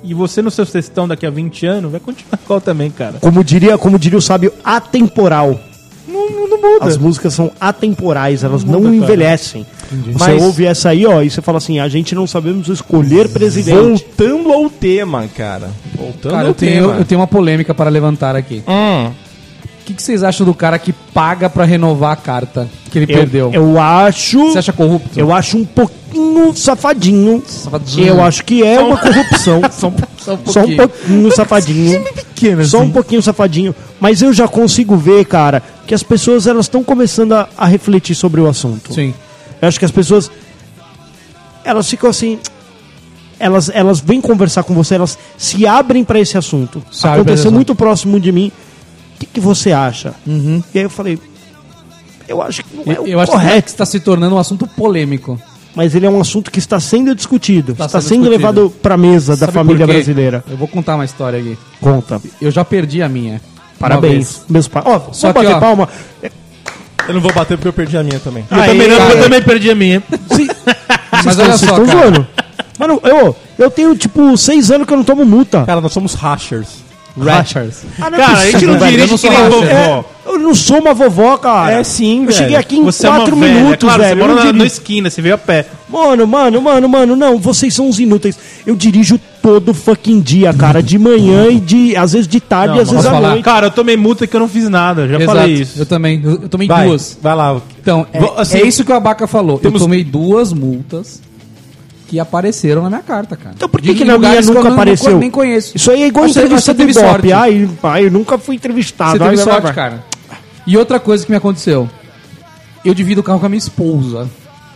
Speaker 4: E você, no seu sextão daqui a 20 anos, vai continuar igual também, cara.
Speaker 3: Como diria, como diria o sábio, atemporal.
Speaker 4: Não, não- não muda.
Speaker 3: As músicas são atemporais, elas não,
Speaker 4: Muda, cara.
Speaker 3: envelhecem. Você
Speaker 2: Mas-
Speaker 3: ouve essa aí, ó, e você fala assim: a gente não sabemos escolher presidente.
Speaker 2: Voltando ao tema, cara. Voltando
Speaker 5: Cara,
Speaker 2: ao
Speaker 5: eu tenho,
Speaker 2: tema.
Speaker 5: eu tenho uma polêmica para levantar aqui.
Speaker 2: Hum.
Speaker 5: O que, que vocês acham do cara que paga pra renovar a carta que ele perdeu?
Speaker 3: Eu, eu acho.
Speaker 5: Você acha corrupto?
Speaker 3: Eu acho um pouquinho safadinho.
Speaker 5: Safadinho. um
Speaker 3: Eu acho que é uma corrupção. só,
Speaker 5: Só um
Speaker 3: um pouquinho safadinho. só
Speaker 5: assim.
Speaker 3: um pouquinho safadinho. Mas eu já consigo ver, cara, que as pessoas elas estão começando a, a refletir sobre o assunto.
Speaker 5: Sim.
Speaker 3: Eu acho que as pessoas. Elas ficam assim. Elas, elas vêm conversar com você, elas se abrem pra esse assunto.
Speaker 5: Se abrem pra esse
Speaker 3: Aconteceu
Speaker 5: assunto.
Speaker 3: muito próximo de mim. O que, que você acha? E aí eu falei. Eu acho que não é
Speaker 5: Eu,
Speaker 3: o
Speaker 5: eu acho
Speaker 3: correto.
Speaker 5: que está se tornando um assunto polêmico.
Speaker 3: Mas ele é um assunto que está sendo discutido.
Speaker 5: Está
Speaker 3: está
Speaker 5: sendo
Speaker 3: sendo,
Speaker 5: discutido.
Speaker 3: levado pra mesa da
Speaker 5: Sabe
Speaker 3: família
Speaker 5: por quê?
Speaker 3: brasileira.
Speaker 5: Eu vou contar uma história aqui.
Speaker 3: Conta.
Speaker 5: Eu já perdi a minha.
Speaker 3: Parabéns. Meus pais. Ó, vamos
Speaker 5: Só que,
Speaker 3: bater
Speaker 5: ó,
Speaker 3: palma.
Speaker 2: Eu não vou bater porque eu perdi a minha também.
Speaker 3: Aê, cara.
Speaker 4: perdi a minha.
Speaker 5: Uma vez. Mas
Speaker 3: Vocês
Speaker 5: olha
Speaker 3: estão
Speaker 5: só, cara.
Speaker 3: zoando. Mano, eu, eu tenho tipo seis anos que eu não tomo multa.
Speaker 2: Cara, nós somos rashers.
Speaker 5: Ratchers.
Speaker 3: Ah,
Speaker 4: Cara, a gente não
Speaker 3: velho.
Speaker 5: dirige
Speaker 4: dirige
Speaker 5: que
Speaker 4: que
Speaker 5: nem
Speaker 4: vovó.
Speaker 3: É, Eu não sou uma vovó, cara.
Speaker 2: É sim,
Speaker 3: Eu
Speaker 2: velho.
Speaker 3: cheguei aqui em
Speaker 4: Você é uma
Speaker 3: quatro
Speaker 4: velha,
Speaker 3: minutos,
Speaker 4: claro,
Speaker 3: velho.
Speaker 4: Você
Speaker 3: Eu
Speaker 4: mora
Speaker 3: não
Speaker 4: na, na
Speaker 3: dirijo.
Speaker 4: esquina, você veio a pé.
Speaker 3: Mano, mano, mano, mano, não. Vocês são uns inúteis. Eu dirijo todo fucking dia, cara. De manhã e de. Às vezes de tarde e às
Speaker 5: mas
Speaker 3: vezes
Speaker 5: posso
Speaker 3: à
Speaker 5: falar?
Speaker 3: noite.
Speaker 4: Cara, eu tomei multa que eu não fiz nada, já
Speaker 5: Exato.
Speaker 4: falei isso.
Speaker 5: Eu também. Eu, eu tomei
Speaker 2: Vai,
Speaker 5: duas.
Speaker 2: vai lá.
Speaker 5: Então, é,
Speaker 2: Vo- assim,
Speaker 5: é isso que o Abaca falou.
Speaker 2: temos-
Speaker 5: Eu tomei duas multas que apareceram na minha carta, cara.
Speaker 3: Então por
Speaker 5: De-
Speaker 3: que, que
Speaker 5: em
Speaker 3: na minha
Speaker 5: lugares que eu
Speaker 3: nunca
Speaker 5: não-
Speaker 3: apareceu?
Speaker 5: Nem conheço.
Speaker 3: Isso aí é igual
Speaker 5: Acho que-
Speaker 3: entrevista
Speaker 5: acho que
Speaker 3: do
Speaker 5: teve
Speaker 3: Ibope.
Speaker 5: sorte.
Speaker 3: Ai, ai, Ah, eu nunca fui entrevistado.
Speaker 5: Você
Speaker 3: Ai,
Speaker 5: teve
Speaker 3: blá, blá, blá.
Speaker 5: sorte, cara. E outra coisa que me aconteceu. Eu divido o carro com a minha esposa.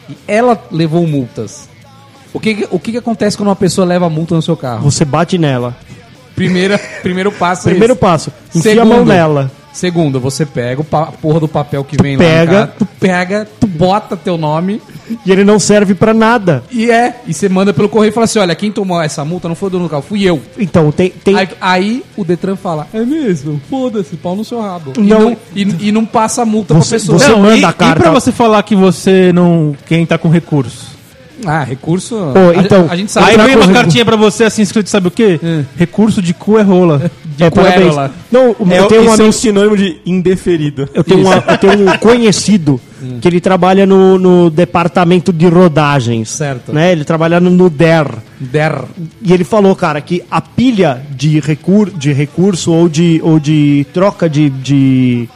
Speaker 5: E ela levou multas. O que, que- o que, que acontece quando uma pessoa leva multa no seu carro?
Speaker 3: Você bate nela.
Speaker 5: Primeira, primeiro passo é
Speaker 3: Primeiro
Speaker 5: esse.
Speaker 3: passo, enfia a
Speaker 5: Segundo.
Speaker 3: mão nela.
Speaker 5: Segundo, você pega o pa- a porra do papel que vem lá.
Speaker 3: pega.
Speaker 5: na cara, Tu pega, tu bota teu nome
Speaker 3: E ele não serve pra nada.
Speaker 5: e é. E você manda pelo correio e fala assim: olha, quem tomou essa multa não foi o dono do carro, fui eu.
Speaker 3: Então, tem. tem...
Speaker 5: Aí, aí o Detran fala: é mesmo? Foda-se, pau no seu rabo.
Speaker 3: Não.
Speaker 5: E não, e, e não passa a multa
Speaker 3: Você-
Speaker 5: pra pessoa.
Speaker 3: você-
Speaker 4: Não,
Speaker 3: manda
Speaker 4: e,
Speaker 3: a carta.
Speaker 4: E pra você falar que você não. Quem tá com recurso?
Speaker 5: Ah, recurso.
Speaker 3: Pô, então,
Speaker 5: a, a gente sabe. é
Speaker 4: Aí
Speaker 3: Outra
Speaker 4: vem uma
Speaker 3: coisa-
Speaker 4: cartinha pra você assim, escrito, sabe o quê?
Speaker 5: Hum.
Speaker 4: Recurso de cu é rola.
Speaker 3: é, parabéns.
Speaker 5: Cuérola.
Speaker 3: Não, eu tenho um
Speaker 2: isso é
Speaker 3: amigo.
Speaker 2: um sinônimo de indeferido.
Speaker 3: Eu tenho, uma- eu tenho um conhecido que ele trabalha no, no departamento de rodagens.
Speaker 5: Certo.
Speaker 3: Né? Ele trabalha no- no DER.
Speaker 5: Der.
Speaker 3: E ele falou, cara, que a pilha de, recur, de recurso ou de, ou de troca de. de,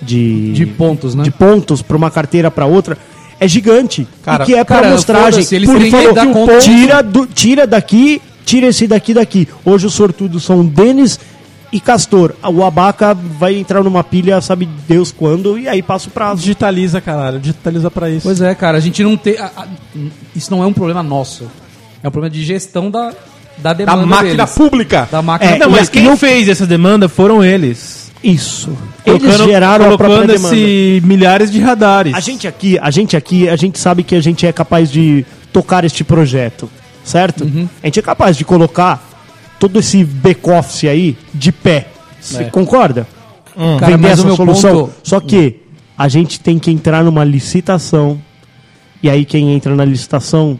Speaker 3: de,
Speaker 5: De pontos, né?
Speaker 3: De pontos pra uma carteira pra outra é gigante.
Speaker 5: Cara,
Speaker 3: e que é pra
Speaker 5: cara,
Speaker 3: amostragem.
Speaker 5: foda-se, eles
Speaker 3: Porque
Speaker 5: têm que
Speaker 3: falou
Speaker 5: dar
Speaker 3: que o
Speaker 5: conta
Speaker 3: ponto-
Speaker 5: de-
Speaker 3: tira, do, tira daqui, tira esse daqui daqui. Hoje os sortudos são Denis e Castor. Ah, O Abaca vai entrar numa pilha, sabe Deus quando, e aí passa o prazo.
Speaker 2: Digitaliza, caralho. Digitaliza pra isso.
Speaker 5: Pois é, cara, a gente não tem. a- a- isso não é um problema nosso. É um problema de gestão da, da
Speaker 2: da
Speaker 5: demanda.
Speaker 2: máquina
Speaker 5: deles.
Speaker 2: pública.
Speaker 5: Da máquina
Speaker 3: É,
Speaker 4: não,
Speaker 3: e
Speaker 4: mas
Speaker 3: aqui
Speaker 4: quem
Speaker 3: eu-
Speaker 4: fez essa demanda foram eles.
Speaker 3: Isso.
Speaker 4: Colocando- colocando esse milhares de radares.
Speaker 3: A gente aqui, a gente aqui, a gente sabe que a gente é capaz de tocar este projeto, certo?
Speaker 5: Uhum.
Speaker 3: A gente é capaz de colocar todo esse back-office aí de pé. Você
Speaker 5: É.
Speaker 3: concorda?
Speaker 5: Cara,
Speaker 3: Vender
Speaker 5: mas o
Speaker 3: essa
Speaker 5: meu
Speaker 3: solução.
Speaker 5: ponto-
Speaker 3: Só que a gente tem que entrar numa licitação. E aí quem entra na licitação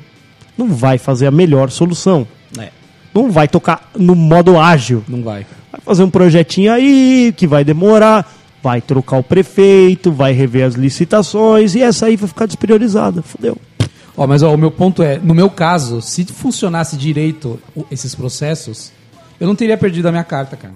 Speaker 3: não vai fazer a melhor solução.
Speaker 5: É,
Speaker 3: Não vai tocar no modo ágil.
Speaker 5: não vai.
Speaker 3: Vai fazer um projetinho aí que vai demorar. Vai trocar o prefeito, vai rever as licitações e essa aí vai ficar despriorizada. Fudeu.
Speaker 5: Ó, mas ó, o meu ponto é, no meu caso, se funcionasse direito o- esses processos, eu não teria perdido a minha carta, cara.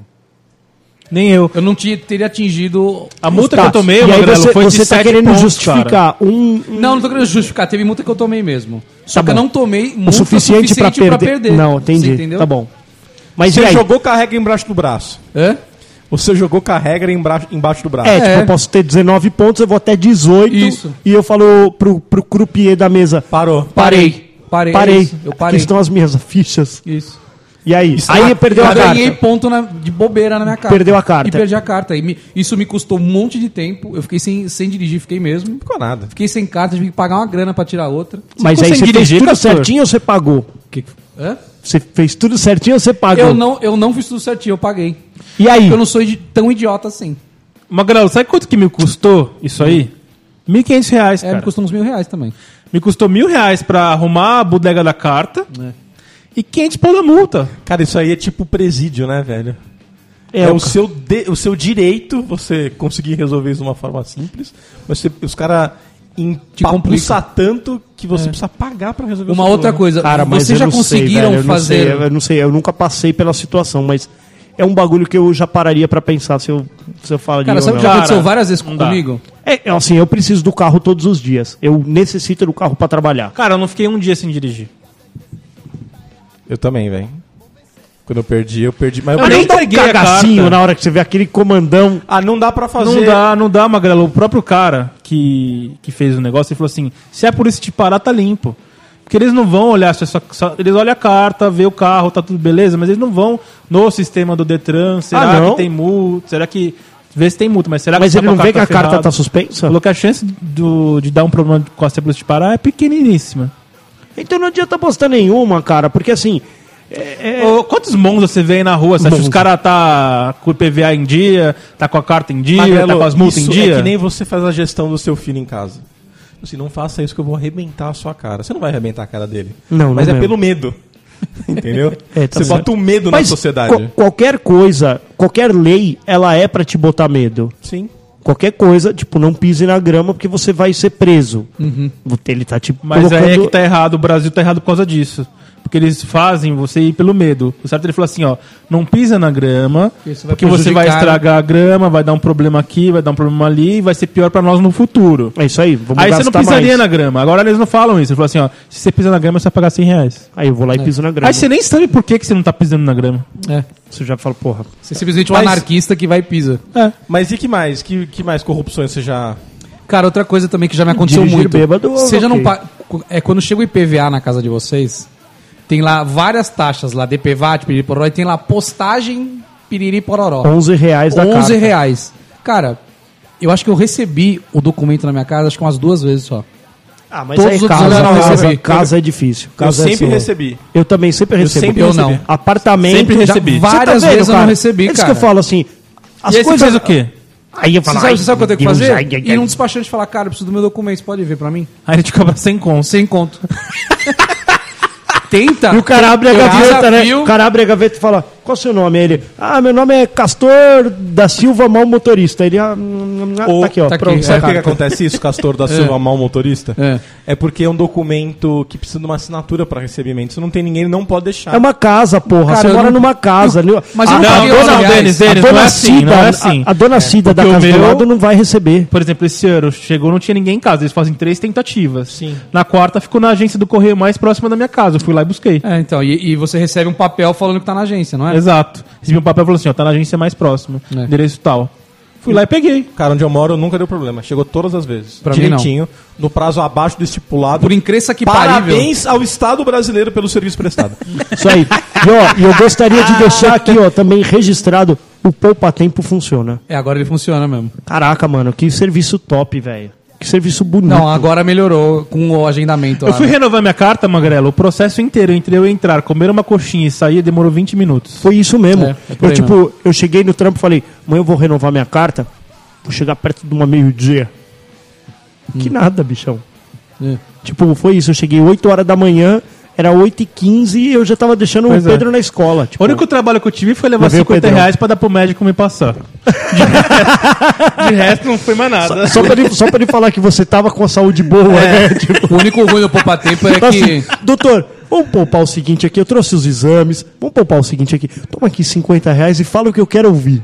Speaker 4: Nem eu.
Speaker 5: Eu não tinha, teria atingido.
Speaker 4: A multa
Speaker 3: Tá.
Speaker 4: que eu tomei,
Speaker 3: e aí
Speaker 4: Magrelo,
Speaker 3: você,
Speaker 4: foi de
Speaker 3: você tá
Speaker 4: 7
Speaker 3: querendo
Speaker 4: pontos, cara.
Speaker 3: justificar um, um
Speaker 5: Não, não tô querendo justificar. Teve multa que eu tomei mesmo. Só
Speaker 3: Tá
Speaker 5: que eu
Speaker 3: bom.
Speaker 5: não tomei multa
Speaker 3: o suficiente pra perder. Não,
Speaker 5: Você
Speaker 3: entendi.
Speaker 5: entendeu?
Speaker 3: Tá bom. Mas e
Speaker 2: Você
Speaker 3: aí?
Speaker 2: jogou carrega embaixo do braço.
Speaker 5: Hã?
Speaker 2: Você jogou carrega embra- embaixo do braço.
Speaker 3: É, tipo,
Speaker 5: É.
Speaker 3: eu posso ter 19 pontos, eu vou até 18.
Speaker 5: Isso.
Speaker 3: E eu falo pro, pro croupier da mesa,
Speaker 2: Parou.
Speaker 5: Parei. Parei. é
Speaker 3: parei,
Speaker 5: isso, Eu
Speaker 3: aqui
Speaker 5: parei.
Speaker 3: estão as minhas fichas.
Speaker 5: Isso.
Speaker 3: E aí?
Speaker 2: Está-
Speaker 3: aí perdeu
Speaker 5: eu
Speaker 3: a
Speaker 5: ganhei
Speaker 3: carta.
Speaker 5: ponto na- de bobeira na minha carta.
Speaker 3: Perdeu a carta.
Speaker 5: E perdi a carta. E me- isso me custou um monte de tempo. Eu fiquei sem, sem dirigir, fiquei mesmo.
Speaker 2: Ficou nada.
Speaker 5: Fiquei sem carta, tive que pagar uma grana pra tirar outra.
Speaker 3: Mas aí
Speaker 4: sem
Speaker 3: você fez
Speaker 4: dirigir,
Speaker 3: tudo
Speaker 4: Castor?
Speaker 3: certinho ou você pagou?
Speaker 5: Hã?
Speaker 3: Você fez tudo certinho ou você pagou?
Speaker 5: Eu não, eu não fiz tudo certinho, eu paguei.
Speaker 3: E aí?
Speaker 5: Eu não sou idi- tão idiota assim.
Speaker 4: Magrelo, sabe quanto que me custou isso aí? R$ 1.500 reais,
Speaker 5: É,
Speaker 4: cara.
Speaker 5: me custou uns mil reais também.
Speaker 4: Me custou mil reais pra arrumar a bodega da carta e 500 pau da multa.
Speaker 2: É. Cara, isso aí é tipo presídio, né, velho? É, o, seu de- o seu direito você conseguir resolver isso de uma forma simples, mas você- os caras empapuçam tanto que você precisa pagar pra resolver o
Speaker 5: Uma
Speaker 2: seu
Speaker 5: outra
Speaker 2: problema.
Speaker 5: coisa,
Speaker 3: Cara, mas
Speaker 5: vocês
Speaker 3: eu
Speaker 5: já
Speaker 3: não sei,
Speaker 5: conseguiram
Speaker 3: velho, eu não
Speaker 5: fazer.
Speaker 3: sei, é eu não sei, eu nunca passei pela situação, mas é um bagulho que eu já pararia pra pensar se eu, se eu falaria
Speaker 5: Cara,
Speaker 3: ou
Speaker 5: sabe o
Speaker 3: não.
Speaker 5: que já
Speaker 4: Cara,
Speaker 5: aconteceu várias vezes
Speaker 4: não dá.
Speaker 5: comigo?
Speaker 3: É, assim, eu preciso do carro todos os dias. Eu necessito do carro pra trabalhar.
Speaker 4: Cara, eu não fiquei um dia sem dirigir.
Speaker 2: Eu também, velho. Quando eu perdi, eu perdi. Mas eu,
Speaker 4: Eu
Speaker 2: perdi.
Speaker 4: nem
Speaker 3: Dá um
Speaker 4: entreguei a
Speaker 3: cagacinho
Speaker 4: carta.
Speaker 3: na hora que você vê aquele comandão.
Speaker 2: Ah, não dá pra fazer.
Speaker 4: Não dá, não dá, Magrelo. O próprio cara que, que fez o negócio, ele falou assim, se a polícia te parar, tá limpo. Porque eles não vão olhar, se é só- só- eles olham a carta, vê o carro, tá tudo beleza, mas eles não vão no sistema do Detran, será
Speaker 3: Ah, não?
Speaker 4: que tem multa, será que... Vê se tem multa, mas será que
Speaker 3: Mas
Speaker 4: tá
Speaker 3: ele
Speaker 4: com
Speaker 3: não vê que a carta
Speaker 4: ferrada?
Speaker 3: tá suspensa?
Speaker 4: Falou que a chance do- de dar um problema com a polícia te parar é pequeniníssima.
Speaker 3: Então não adianta apostar nenhuma, cara, porque assim.
Speaker 4: Ô, quantos monstros você vê aí na rua? Você acha que os
Speaker 3: Monza.
Speaker 4: caras tá com o PVA em dia, tá com a carta em dia,
Speaker 2: Magrelo,
Speaker 4: tá com as multas em
Speaker 2: isso
Speaker 4: dia?
Speaker 2: É que nem você faz a gestão do seu filho em casa. Assim, não faça isso que eu vou arrebentar a sua cara. Você não vai arrebentar a cara dele.
Speaker 3: Não, não
Speaker 2: Mas é
Speaker 3: mesmo.
Speaker 2: pelo medo. Entendeu?
Speaker 3: É, tá
Speaker 2: você
Speaker 3: certo.
Speaker 4: um
Speaker 2: bota o medo na
Speaker 3: Mas
Speaker 2: sociedade.
Speaker 3: qu- qualquer coisa, qualquer lei, ela é pra te botar medo.
Speaker 2: Sim.
Speaker 3: Qualquer coisa, tipo, não pise na grama porque você vai ser preso. Ele tá te
Speaker 4: Uhum. Mas aí é
Speaker 3: colocando-
Speaker 4: que tá errado, o Brasil tá errado por causa disso. Porque eles fazem você ir pelo medo. O certo ele falou assim, ó, não pisa na grama,
Speaker 5: Isso vai
Speaker 4: porque você
Speaker 2: né?
Speaker 4: vai
Speaker 5: prejudicar.
Speaker 4: estragar a grama, vai dar um problema aqui, vai dar um problema ali, e vai ser pior pra nós no futuro.
Speaker 3: É isso aí, vamos
Speaker 4: aí você não
Speaker 3: gastar
Speaker 4: pisaria
Speaker 3: mais.
Speaker 4: na grama. Agora eles não falam isso. Eles falam assim, ó, se você pisa na grama, você vai pagar 100 reais.
Speaker 3: Aí eu vou lá e piso na grama.
Speaker 4: É. Aí você nem sabe por que, que você não tá pisando na grama.
Speaker 5: É.
Speaker 3: Você já fala, porra.
Speaker 5: Você é simplesmente um
Speaker 2: Mas-
Speaker 5: anarquista que vai e pisa.
Speaker 2: Mas e que mais? Que, que mais corrupções você já.
Speaker 5: Cara, outra coisa também que já me aconteceu
Speaker 3: Dirigir
Speaker 5: muito.
Speaker 3: bêbado,
Speaker 5: Seja
Speaker 3: ok.
Speaker 5: não pa- é quando chega o IPVA na casa de vocês, tem lá várias taxas lá, DPVAT, piriri pororó, e tem lá postagem piriri pororó.
Speaker 3: 11 reais da
Speaker 5: 11
Speaker 3: carta.
Speaker 5: reais. Cara, eu acho que eu recebi o documento na minha casa, acho que umas duas vezes só.
Speaker 3: Ah, mas
Speaker 5: Todos
Speaker 3: aí
Speaker 5: os outros
Speaker 3: casa,
Speaker 5: eu não
Speaker 3: casa,
Speaker 5: recebi.
Speaker 3: casa é difícil. Casa
Speaker 2: eu
Speaker 3: é
Speaker 2: sempre
Speaker 3: sua.
Speaker 2: recebi.
Speaker 3: Eu também sempre recebo.
Speaker 2: sempre
Speaker 5: Eu não. recebi.
Speaker 3: Apartamento.
Speaker 2: Sempre
Speaker 3: Já-
Speaker 2: recebi.
Speaker 5: Várias
Speaker 3: Você tá vendo,
Speaker 5: vezes eu não
Speaker 3: cara?
Speaker 5: recebi,
Speaker 3: É isso
Speaker 5: cara.
Speaker 3: que eu falo assim. As
Speaker 4: e aí
Speaker 3: coisas...
Speaker 4: você fez o quê?
Speaker 3: Aí eu
Speaker 5: Você
Speaker 3: falo,
Speaker 5: sabe,
Speaker 3: ai,
Speaker 5: você sabe o que eu tenho que
Speaker 3: Deus,
Speaker 5: fazer?
Speaker 3: ai, ai,
Speaker 5: Ir num
Speaker 3: ai.
Speaker 5: despachante e falar, cara, eu preciso do meu documento, pode ver pra mim?
Speaker 4: Aí ele te cobra sem conta.
Speaker 5: Sem conto. Tenta.
Speaker 3: E o cara abre a
Speaker 5: Eu
Speaker 3: gaveta, né?
Speaker 5: desafio-
Speaker 3: O cara abre a gaveta e fala, qual é o seu nome? Aí ele, ah, meu nome é Castor da Silva Mal Motorista. Ele, ah, hum, hum, ah,
Speaker 2: Ou-
Speaker 3: tá aqui, ó.
Speaker 5: tá aqui,
Speaker 3: pronto,
Speaker 5: é.
Speaker 3: sua
Speaker 2: Sabe por que, que
Speaker 3: carta.
Speaker 2: acontece isso, Castor da Silva, mal motorista? É. porque é um documento que precisa de uma assinatura pra recebimento. Se não tem ninguém, ele não pode deixar.
Speaker 3: É uma casa, porra.
Speaker 5: Cara,
Speaker 3: você
Speaker 5: eu
Speaker 3: mora
Speaker 5: não-
Speaker 3: numa casa. ali, ó. Ah,
Speaker 5: Mas eu
Speaker 3: a,
Speaker 5: não
Speaker 4: Não,
Speaker 5: paguei
Speaker 4: não,
Speaker 5: os
Speaker 4: não,
Speaker 5: reais.
Speaker 4: Denis,
Speaker 3: a
Speaker 4: Denis, não
Speaker 3: dona
Speaker 4: é assim,
Speaker 3: Cida,
Speaker 4: não é assim.
Speaker 3: a, a dona Cida da
Speaker 4: Porque o
Speaker 3: casa do
Speaker 4: meu-
Speaker 3: lado não vai receber.
Speaker 4: Por exemplo, esse ano chegou, não tinha ninguém em casa. Eles fazem três tentativas. Sim. Na quarta ficou na agência do correio mais próxima da minha casa. Eu fui lá e busquei.
Speaker 5: É, então, e, e você recebe um papel falando que tá na agência, não é?
Speaker 4: Exato. Recebi um papel e falou assim: ó, tá na agência mais próxima.
Speaker 5: É.
Speaker 4: Endereço tal. Fui lá e peguei.
Speaker 2: Cara, onde eu moro nunca deu problema. Chegou todas as vezes.
Speaker 5: Pra mim,
Speaker 2: direitinho, no prazo abaixo do estipulado.
Speaker 5: Por incrível que parível.
Speaker 2: Parabéns ao Estado brasileiro pelo serviço prestado.
Speaker 3: Isso aí. E, ó, e eu gostaria
Speaker 5: Ah.
Speaker 3: de deixar aqui, ó, também registrado, o Poupa Tempo funciona.
Speaker 5: É, agora ele funciona mesmo.
Speaker 3: Caraca, mano, que serviço top, velho. Que serviço bonito.
Speaker 5: Não, agora melhorou com o agendamento.
Speaker 4: Eu
Speaker 5: lá,
Speaker 4: fui
Speaker 5: né?
Speaker 4: renovar minha carta, Magrelo. O processo inteiro entre eu entrar, comer uma coxinha e sair demorou 20 minutos.
Speaker 3: Foi isso mesmo.
Speaker 5: É, é por
Speaker 3: eu,
Speaker 5: aí
Speaker 3: tipo, eu cheguei no trampo e falei, mãe, eu vou renovar minha carta. Vou chegar perto de um uma meio-dia. Que nada, bichão.
Speaker 5: É.
Speaker 3: Tipo, foi isso. Eu cheguei 8 horas da manhã, era 8h15 e eu já tava deixando
Speaker 4: Pois
Speaker 3: o
Speaker 4: é.
Speaker 3: Pedro na escola. tipo,
Speaker 4: O único trabalho que eu tive foi levar
Speaker 3: Levei o
Speaker 4: 50
Speaker 3: Pedrão.
Speaker 4: reais pra dar pro médico me passar. De resto, de resto não foi mais nada.
Speaker 3: Só pra, ele, só pra ele falar que você tava com a saúde boa,
Speaker 5: É.
Speaker 3: né? Tipo,
Speaker 5: O único ruim do Poupa Tempo é
Speaker 3: então, assim,
Speaker 5: que.
Speaker 3: doutor, vamos poupar o seguinte aqui, eu trouxe os exames, vamos poupar o seguinte aqui, toma aqui 50 reais e fala o que eu quero ouvir.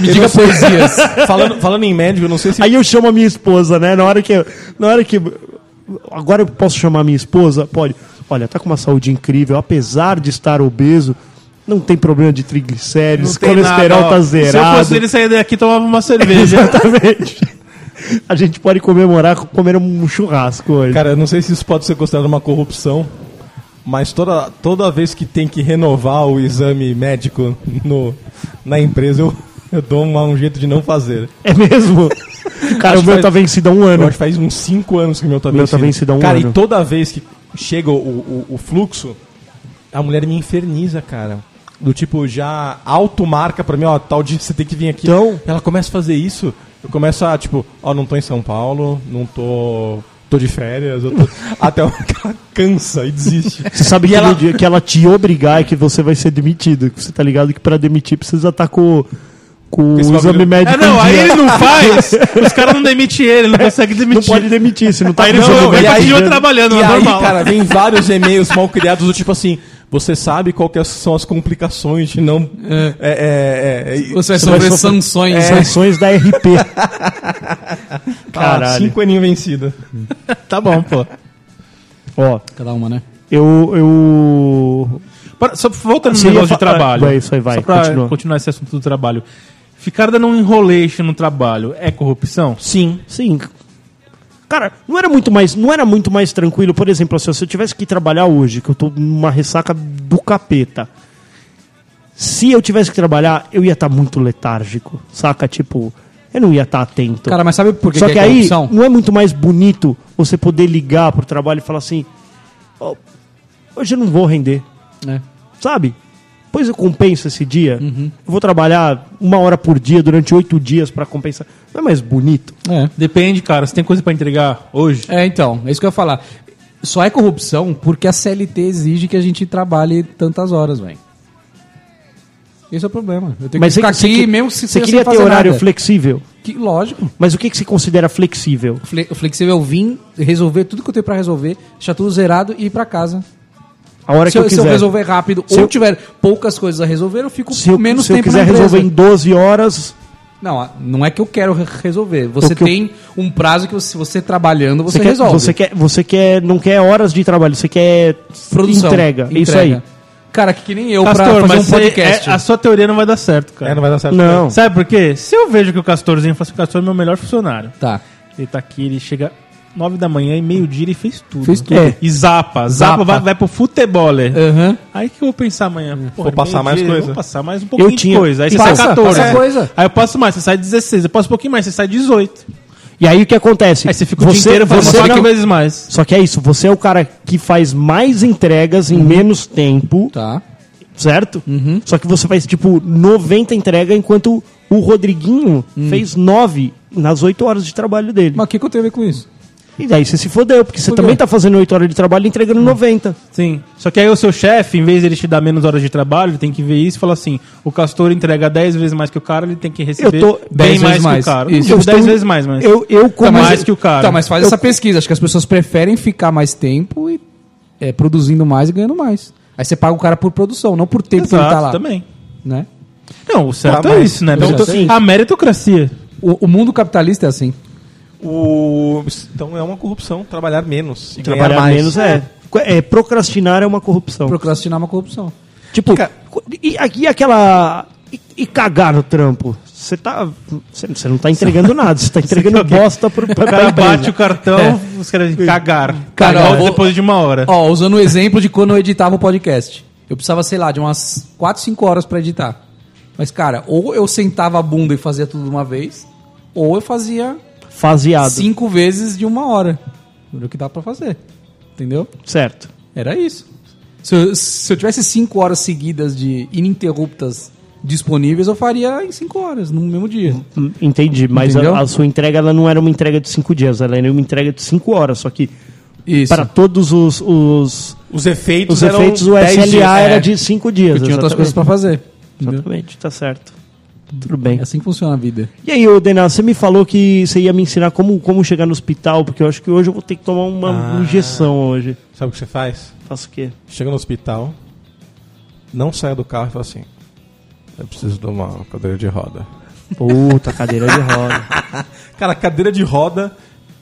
Speaker 5: Me diga poesias.
Speaker 2: Falando, falando em médico, eu não sei se.
Speaker 3: Aí eu chamo a minha esposa, né? Na hora que. eu- Na hora que. Agora eu posso chamar a minha esposa? Pode. Olha, tá com uma saúde incrível, apesar de estar obeso, não tem problema de triglicéridos, colesterol
Speaker 4: ó.
Speaker 3: tá
Speaker 4: Se eu
Speaker 3: zerado.
Speaker 4: fosse ele sair daqui, tomava uma cerveja.
Speaker 3: Exatamente. A gente pode comemorar com- comer um churrasco hoje.
Speaker 2: Cara, eu não sei se isso pode ser considerado uma corrupção, mas toda, toda vez que tem que renovar o exame médico no, na empresa, eu, eu dou uma- um jeito de não fazer.
Speaker 3: é mesmo? Cara,
Speaker 2: Acho
Speaker 3: o meu
Speaker 2: que
Speaker 3: tá
Speaker 2: faz-
Speaker 3: vencido há um
Speaker 2: Eu
Speaker 3: ano.
Speaker 2: acho que faz uns 5 anos que meu tá
Speaker 3: Meu tá vencido há um
Speaker 2: cara,
Speaker 3: ano.
Speaker 2: e toda vez que chega o, o, o fluxo, a mulher me inferniza, cara. Do tipo, já automarca pra mim, ó, tal dia você tem que vir aqui.
Speaker 3: Então?
Speaker 2: Ela começa a fazer isso, eu começo a, tipo, ó, não tô em São Paulo, não tô... Tô de férias, eu tô... até a hora que ela cansa e desiste.
Speaker 3: Você sabe
Speaker 2: E
Speaker 3: que,
Speaker 2: ela-
Speaker 3: no dia que ela te obrigar é que você vai ser demitido. que Você tá ligado que pra demitir precisa estar com, com o
Speaker 2: esse
Speaker 3: exame
Speaker 2: bagulho.
Speaker 3: médico.
Speaker 4: É,
Speaker 3: em
Speaker 4: não, aí
Speaker 3: dia.
Speaker 4: ele não faz, os caras não demitem ele, não consegue
Speaker 3: Não
Speaker 4: demitir.
Speaker 3: pode demitir, se não tá com
Speaker 4: não,
Speaker 3: exame
Speaker 4: não,
Speaker 3: médico
Speaker 4: e aí-
Speaker 3: em dia.
Speaker 4: eu trabalhando,
Speaker 2: e
Speaker 4: é
Speaker 2: aí,
Speaker 4: normal.
Speaker 2: cara, vem vários e-mails mal criados do tipo assim. Você sabe qual que é, são as complicações de não. É. É, é, é,
Speaker 5: Você vai
Speaker 2: Você
Speaker 5: sofrer
Speaker 2: vai sofrer-
Speaker 5: sanções.
Speaker 3: um- é. Sanções da RP.
Speaker 2: tá,
Speaker 3: Caralho.
Speaker 2: cinco aninhos vencida.
Speaker 4: Tá bom, pô.
Speaker 3: Ó,
Speaker 5: Cada uma, né?
Speaker 3: eu. eu...
Speaker 4: Para- Só voltando no
Speaker 3: Você ia
Speaker 4: negócio de
Speaker 3: fa-
Speaker 4: trabalho.
Speaker 3: Ah, vai, isso aí, vai,
Speaker 4: Só pra
Speaker 3: continua.
Speaker 4: continuar esse assunto do trabalho. Ficar dando um enrolation no trabalho é corrupção?
Speaker 3: Sim. Sim. Cara, não era muito mais, não era muito mais tranquilo, por exemplo, assim, ó, se eu tivesse que trabalhar hoje, que eu tô numa ressaca do capeta. Se eu tivesse que trabalhar, eu ia estar muito letárgico, saca? Tipo, eu não ia estar atento.
Speaker 5: Cara, mas sabe por que,
Speaker 3: Só que,
Speaker 5: que é
Speaker 3: aí
Speaker 5: corrupção?
Speaker 3: não é muito mais bonito você poder ligar pro trabalho e falar assim: "Ó, hoje eu não vou render,
Speaker 5: É.
Speaker 3: sabe? Pois eu compenso esse dia.
Speaker 5: Uhum.
Speaker 3: Eu vou trabalhar uma hora por dia durante oito dias pra compensar. Não é mais bonito?
Speaker 5: É.
Speaker 4: Depende, cara. Você tem coisa pra entregar hoje?
Speaker 5: É, então, é isso que eu ia falar. Só é corrupção porque a CLT exige que a gente trabalhe tantas horas, velho. Esse é o problema. Eu tenho que ficar aqui mesmo se
Speaker 3: você
Speaker 5: sem
Speaker 3: queria ter
Speaker 5: fazer
Speaker 3: horário
Speaker 5: nada.
Speaker 3: flexível.
Speaker 5: Que, lógico.
Speaker 3: Mas o que, que se considera flexível?
Speaker 5: Fle- flexível é eu vim resolver tudo que eu tenho pra resolver, deixar tudo zerado e ir pra casa.
Speaker 3: A hora
Speaker 5: Se
Speaker 3: que eu
Speaker 5: eu, se eu
Speaker 3: quiser.
Speaker 5: resolver rápido
Speaker 3: Se
Speaker 5: ou
Speaker 3: eu-
Speaker 5: tiver poucas coisas a resolver, eu fico
Speaker 3: se eu,
Speaker 5: menos
Speaker 3: se eu
Speaker 5: tempo
Speaker 3: quiser
Speaker 5: na empresa.
Speaker 3: resolver em 12 horas,
Speaker 5: Não, a- não é que eu quero re- resolver. Você
Speaker 3: que eu-
Speaker 5: tem um prazo que você, se você trabalhando, você,
Speaker 3: você, quer,
Speaker 5: resolve.
Speaker 3: você quer, você quer, não quer horas de trabalho, você quer
Speaker 5: Produção.
Speaker 3: entrega. É Isso aí.
Speaker 5: Cara, que, que nem eu
Speaker 4: É Castor,
Speaker 5: pra fazer
Speaker 4: mas
Speaker 5: um
Speaker 4: você-
Speaker 5: podcast.
Speaker 4: é- a sua teoria não vai dar certo, cara.
Speaker 2: É, não vai dar certo.
Speaker 3: Não.
Speaker 4: Sabe por quê? Se eu vejo que o Castorzinho faz o Castor é meu melhor funcionário.
Speaker 5: Tá.
Speaker 4: Ele tá aqui, ele chega 9 da manhã e meio-dia ele fez tudo.
Speaker 5: Fez tudo.
Speaker 4: É. E zapa. Zapa,
Speaker 5: Zapa. É.
Speaker 4: vai, vai pro futeboler.
Speaker 5: Aham.
Speaker 4: Aí que eu vou pensar amanhã. Pô,
Speaker 2: Vou passar mais coisa.
Speaker 4: Vou passar mais um pouquinho
Speaker 3: tinha-
Speaker 4: de coisa. Aí
Speaker 5: E
Speaker 4: você sai
Speaker 5: passa,
Speaker 4: 14.
Speaker 5: passa coisa.
Speaker 4: Aí eu passo mais, você sai 16. Eu passo um pouquinho mais, você sai 18.
Speaker 3: E aí o que acontece?
Speaker 4: Aí você fica o dia inteiro fazendo
Speaker 3: você
Speaker 4: só que
Speaker 3: não-
Speaker 4: vezes mais.
Speaker 3: Só que é isso, você é o cara que faz mais entregas em menos tempo,
Speaker 5: Uhum. Tá. Uhum.
Speaker 3: certo? Só que você faz tipo 90 entregas enquanto o Rodriguinho
Speaker 5: Hum.
Speaker 3: fez 9 nas 8 horas de trabalho dele.
Speaker 5: Mas o que, que eu tenho a ver com isso?
Speaker 3: E daí você se fodeu, porque você
Speaker 5: Por quê?
Speaker 3: também tá fazendo 8 horas de trabalho e entregando 90.
Speaker 4: Sim. Só que aí o seu chefe, em vez de ele te dar menos horas de trabalho, ele tem que ver isso e falar assim: o Castor entrega 10 vezes mais que o cara, ele tem que receber
Speaker 3: Eu tô-
Speaker 5: 10
Speaker 4: 10 mais
Speaker 5: vezes
Speaker 4: que o
Speaker 5: mais.
Speaker 4: cara.
Speaker 5: Isso.
Speaker 4: Não,
Speaker 5: Eu
Speaker 4: tipo, 10
Speaker 3: estou-
Speaker 4: vezes mais, mas.
Speaker 3: Eu, eu como
Speaker 4: Tá, mais que o cara.
Speaker 5: Tá, mas faz essa pesquisa. Acho que as pessoas preferem ficar mais tempo e é, produzindo mais e ganhando mais. Aí você paga o cara por produção, não por tempo que ele tá
Speaker 4: Exato,
Speaker 5: lá.
Speaker 4: também.
Speaker 5: né?
Speaker 4: Não, o certo
Speaker 2: Tá,
Speaker 4: é
Speaker 2: mas-
Speaker 4: isso, né?
Speaker 5: Então,
Speaker 4: pessoal?
Speaker 3: sim.
Speaker 4: A meritocracia.
Speaker 5: O, o mundo capitalista é assim.
Speaker 2: O... Então é uma corrupção trabalhar menos. e
Speaker 3: trabalhar
Speaker 2: ganhar mais.
Speaker 3: menos é. é. Procrastinar é uma corrupção.
Speaker 5: Procrastinar é uma corrupção.
Speaker 3: Tipo, e, e- e aquela. E, e cagar no trampo? Você tá. Você você não tá entregando nada, você tá entregando bosta pro, pra,
Speaker 4: O cara
Speaker 3: pra empresa.
Speaker 4: bate o cartão, os caras dizem É. cagar.
Speaker 5: Cara,
Speaker 4: Cagar
Speaker 5: eu vou-
Speaker 4: depois de uma hora.
Speaker 5: Ó, usando o exemplo de quando eu editava o podcast. Eu precisava, sei lá, de umas 4, 5 horas pra editar. Mas, cara, ou eu sentava a bunda e fazia tudo de uma vez, ou eu fazia
Speaker 3: Faseado.
Speaker 5: cinco vezes de uma hora. Era o que dá pra fazer. Entendeu?
Speaker 3: Certo.
Speaker 5: Era isso. Se eu, se eu tivesse cinco horas seguidas de ininterruptas disponíveis, eu faria em cinco horas, no mesmo dia.
Speaker 3: Hum, Entendi, mas
Speaker 5: Entendeu?
Speaker 3: a, a sua entrega ela não era uma entrega de cinco dias, ela era uma entrega de cinco horas, só que
Speaker 5: Isso.
Speaker 3: Para todos os, os,
Speaker 2: Os efeitos
Speaker 3: os efeitos, o
Speaker 2: 10
Speaker 3: SLA
Speaker 2: dias.
Speaker 3: era
Speaker 2: É.
Speaker 3: de 5 dias.
Speaker 5: Eu tinha outras
Speaker 3: exatamente.
Speaker 5: coisas pra fazer. entendeu?
Speaker 3: Exatamente, tá certo. Tudo bem.
Speaker 5: É assim que funciona a vida.
Speaker 3: E aí, ô Denal, você me falou que você ia me ensinar como, como chegar no hospital, porque eu acho que hoje eu vou ter que tomar uma
Speaker 2: Ah.
Speaker 3: injeção hoje.
Speaker 2: Sabe o que você faz?
Speaker 3: Faço o quê?
Speaker 2: Chega no hospital, não saia do carro e fala assim: Eu preciso de uma cadeira de roda.
Speaker 3: Puta, cadeira de roda.
Speaker 2: Cara, cadeira de roda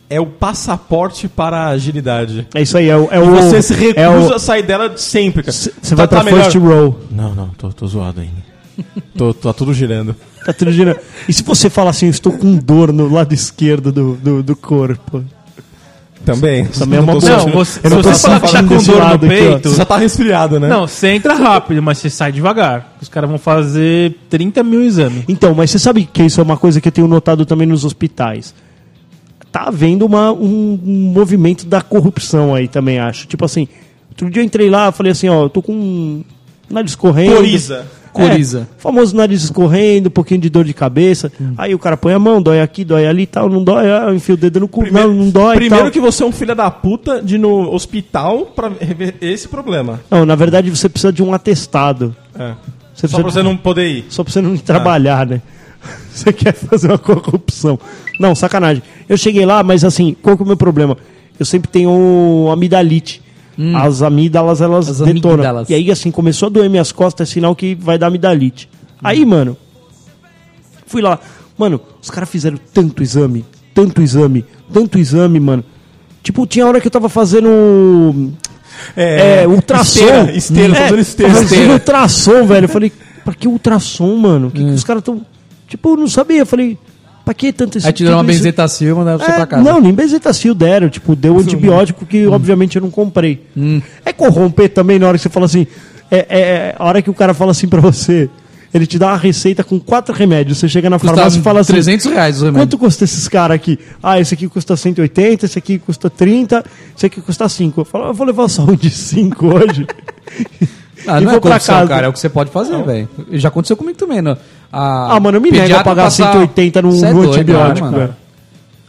Speaker 2: é o passaporte para a agilidade.
Speaker 3: É isso aí, é o. É
Speaker 2: E
Speaker 3: o
Speaker 2: você se recusa
Speaker 3: é o-
Speaker 2: a sair dela sempre, cara. Tá
Speaker 3: c- Você vai pra
Speaker 2: melhor?
Speaker 3: first row.
Speaker 2: Não, não, tô, tô zoado ainda. tô, tô tudo girando.
Speaker 3: Tá tudo girando. E se você fala assim, eu estou com dor no lado esquerdo do, do, do corpo?
Speaker 2: Também.
Speaker 3: Também é uma
Speaker 2: tô
Speaker 3: boa.
Speaker 2: sentindo-
Speaker 4: Não, você-
Speaker 2: eu não
Speaker 4: se
Speaker 2: tô
Speaker 4: você falar que tá
Speaker 2: sentindo
Speaker 4: com
Speaker 2: desse
Speaker 4: dor no
Speaker 2: lado aqui, ó.
Speaker 4: peito-
Speaker 2: Você já tá resfriado, né?
Speaker 4: Não, você entra rápido, mas você sai devagar. Os caras vão fazer 30 mil exames.
Speaker 3: Então, mas você sabe que isso é uma coisa que eu tenho notado também nos hospitais. Tá havendo uma, um, um movimento da corrupção aí também, acho. Tipo assim, outro dia eu entrei lá, falei assim, ó, eu tô com um nariz correndo.
Speaker 2: Coriza.
Speaker 5: Coriza.
Speaker 3: É, famoso nariz escorrendo, um pouquinho de dor de cabeça. Aí o cara põe a mão, dói aqui, dói ali e tal, não dói, ah, eu enfio o dedo no cu, não, não dói. e
Speaker 2: Primeiro
Speaker 3: tal.
Speaker 2: que você é um filho da puta de ir no hospital pra rever esse problema.
Speaker 3: Não, na verdade você precisa de um atestado.
Speaker 2: É.
Speaker 3: Você
Speaker 2: Só pra
Speaker 3: precisa-
Speaker 2: você não poder ir.
Speaker 3: só pra você não trabalhar,
Speaker 2: Ah.
Speaker 3: né? Você quer fazer uma corrupção. Não, sacanagem. Eu cheguei lá, mas assim, qual que é o meu problema? Eu sempre tenho um amidalite.
Speaker 2: Hum.
Speaker 3: As amígdalas, elas
Speaker 5: As
Speaker 3: detonam.
Speaker 5: amígdalas.
Speaker 3: E aí, assim, começou a doer minhas costas, é sinal que vai dar amidalite.
Speaker 2: Hum.
Speaker 3: Aí, mano, fui lá. Mano, os caras fizeram tanto exame, tanto exame, tanto exame, mano. Tipo, tinha hora que eu tava fazendo é, ultrassom.
Speaker 2: Esteira, esteira,
Speaker 3: é,
Speaker 2: fazendo esteira.
Speaker 3: tava fazendo ultrassom, velho. Eu falei, pra que ultrassom, mano? Que, que
Speaker 5: Hum.
Speaker 3: os caras tão. Tipo, eu não sabia. Eu falei, pra que tanto esse
Speaker 5: Aí te deram uma
Speaker 3: tudo isso?
Speaker 5: benzetacil e mandaram você
Speaker 3: É,
Speaker 5: pra casa.
Speaker 3: Não, nem benzetacil deram. Tipo, deu antibiótico que, obviamente, eu não comprei.
Speaker 5: Hum.
Speaker 3: É corromper também na hora que você fala assim. É, é- é a hora que o cara fala assim pra você. Ele te dá uma receita com quatro remédios. Você chega na farmácia e fala
Speaker 5: Custava
Speaker 3: assim.
Speaker 5: 300 reais o remédio.
Speaker 3: Quanto custa esses caras aqui? Ah, esse aqui custa 180, esse aqui custa 30, esse aqui custa 5. Eu falo, eu vou levar só um de 5 hohoje.
Speaker 5: Ah,
Speaker 3: E
Speaker 5: não é
Speaker 3: vou pra
Speaker 5: corrupção,
Speaker 3: casa.
Speaker 5: cara. É o que você pode fazer, velho. Já aconteceu comigo também, né? A
Speaker 3: Ah, mano, eu me nego a
Speaker 5: pediatra
Speaker 3: pagar
Speaker 5: passar-
Speaker 3: 180 num
Speaker 5: Cê é doido,
Speaker 3: antibiótico,
Speaker 5: não, mano.
Speaker 3: velho.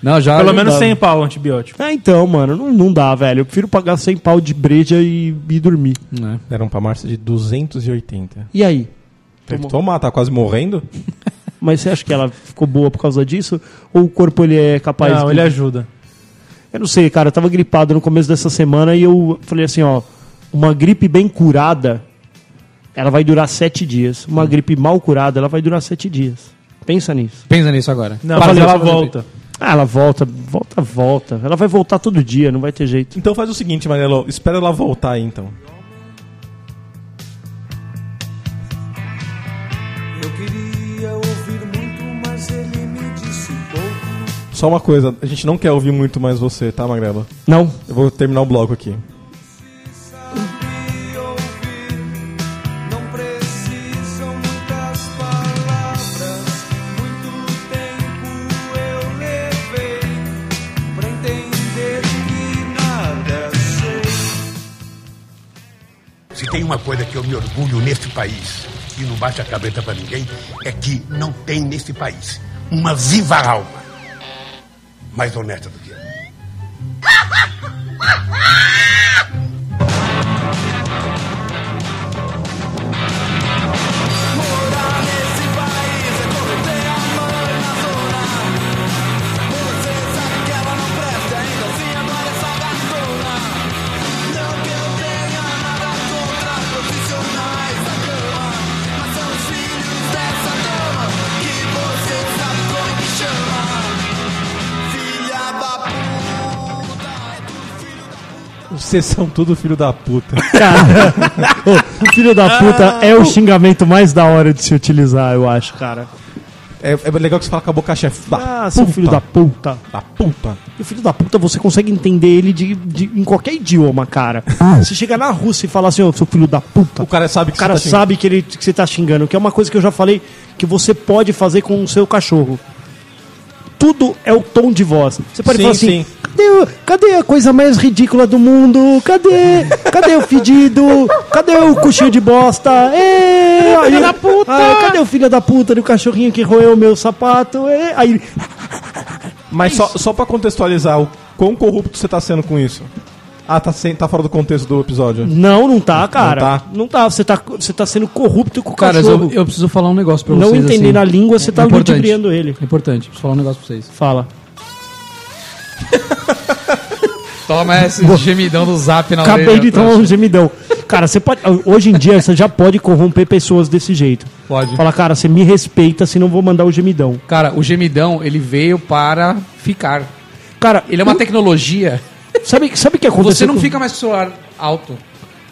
Speaker 5: Não, já.
Speaker 4: Pelo menos
Speaker 5: dá.
Speaker 4: 100 pau o antibiótico.
Speaker 3: Ah, então, mano, não, não dá, velho. Eu prefiro pagar 100 pau de breja e, e dormir.
Speaker 5: Né?
Speaker 2: Deram pra Márcia de 280.
Speaker 5: E aí?
Speaker 2: Teve que tomar, tá quase morrendo.
Speaker 3: Mas você acha que ela ficou boa por causa disso? Ou o corpo ele é capaz
Speaker 4: não,
Speaker 3: de-
Speaker 4: ele ajuda.
Speaker 3: Eu não sei, cara, eu tava gripado no começo dessa semana e eu falei assim, ó, uma gripe bem curada, ela vai durar sete dias.
Speaker 5: Hum.
Speaker 3: Uma gripe mal curada, ela vai durar sete dias. Pensa nisso.
Speaker 5: Pensa nisso agora.
Speaker 4: Não,
Speaker 3: Fala
Speaker 4: mas
Speaker 3: isso,
Speaker 4: ela
Speaker 3: fala
Speaker 4: volta.
Speaker 3: Ah, ela volta, volta, volta. Ela vai voltar todo dia, não vai ter jeito.
Speaker 2: Então faz o seguinte, Marelo, espera ela voltar aí então.
Speaker 8: Eu queria ouvir muito, mas ele me disse pouco.
Speaker 2: Só uma coisa, a gente não quer ouvir muito mais você, tá, Magrelo?
Speaker 3: Não,
Speaker 2: Eu vou terminar o bloco aqui.
Speaker 8: E ouvir não precisam muitas palavras. Muito tempo eu levei pra entender que nada sei.
Speaker 6: Se tem uma coisa que eu me orgulho neste país e não bate a cabeça para ninguém, é que não tem neste país uma viva alma mais honesta do que eu.
Speaker 2: Vocês são tudo filho da puta.
Speaker 3: cara. Ô, filho da puta é o xingamento mais da hora de se utilizar, eu acho, cara.
Speaker 2: é, é legal que você fala com a boca cheia.
Speaker 3: Ah, seu filho da puta.
Speaker 2: da puta.
Speaker 3: E o filho da puta, você consegue entender ele de, de- em qualquer idioma, cara. Você chega na Rússia e fala assim, ô, seu filho da puta.
Speaker 2: O cara
Speaker 5: Tipo
Speaker 2: sabe que
Speaker 3: O cara
Speaker 5: assim.
Speaker 4: assim.
Speaker 2: você tá
Speaker 3: sabe que, ele, que você tá xingando, que é uma coisa que eu já falei que você pode fazer com o seu cachorro. Tudo é o tom de voz. Você pode
Speaker 2: Sim,
Speaker 3: falar assim:
Speaker 2: sim.
Speaker 3: cadê, o- cadê a coisa mais ridícula do mundo? Cadê? Cadê o fedido? Cadê o coxinho de bosta? Ê, aí, da puta! cadê o filho da puta do cachorrinho que roeu o meu sapato? Ê, aí, É
Speaker 2: Mas só, só pra contextualizar o quão corrupto você tá sendo com isso. Ah, tá, sem, tá fora do contexto do episódio.
Speaker 3: Não, não tá, cara.
Speaker 2: tá.
Speaker 3: Não tá. Você tá, você tá sendo corrupto com o
Speaker 5: Cara,
Speaker 3: cachorro.
Speaker 5: eu, eu preciso falar um negócio pra vocês.
Speaker 3: não entendendo
Speaker 5: assim.
Speaker 3: a língua, você tá
Speaker 5: Importante.
Speaker 3: ludibriando ele.
Speaker 5: É importante, preciso falar um negócio pra vocês.
Speaker 3: Fala.
Speaker 5: Toma esse gemidão do zap na
Speaker 3: Acabei
Speaker 5: orelha.
Speaker 3: de tomar um gemidão. Cara, você pode. Hoje em dia você já pode corromper pessoas desse jeito.
Speaker 5: Pode.
Speaker 3: Fala, cara, você me respeita, senão eu vou mandar o gemidão.
Speaker 5: Cara, o gemidão, ele veio para ficar.
Speaker 3: Cara,
Speaker 5: Ele é uma tecnologia.
Speaker 3: sabe, sabe o que Hum? aconteceu?
Speaker 5: Você não
Speaker 3: com-
Speaker 5: fica mais com o celular alto.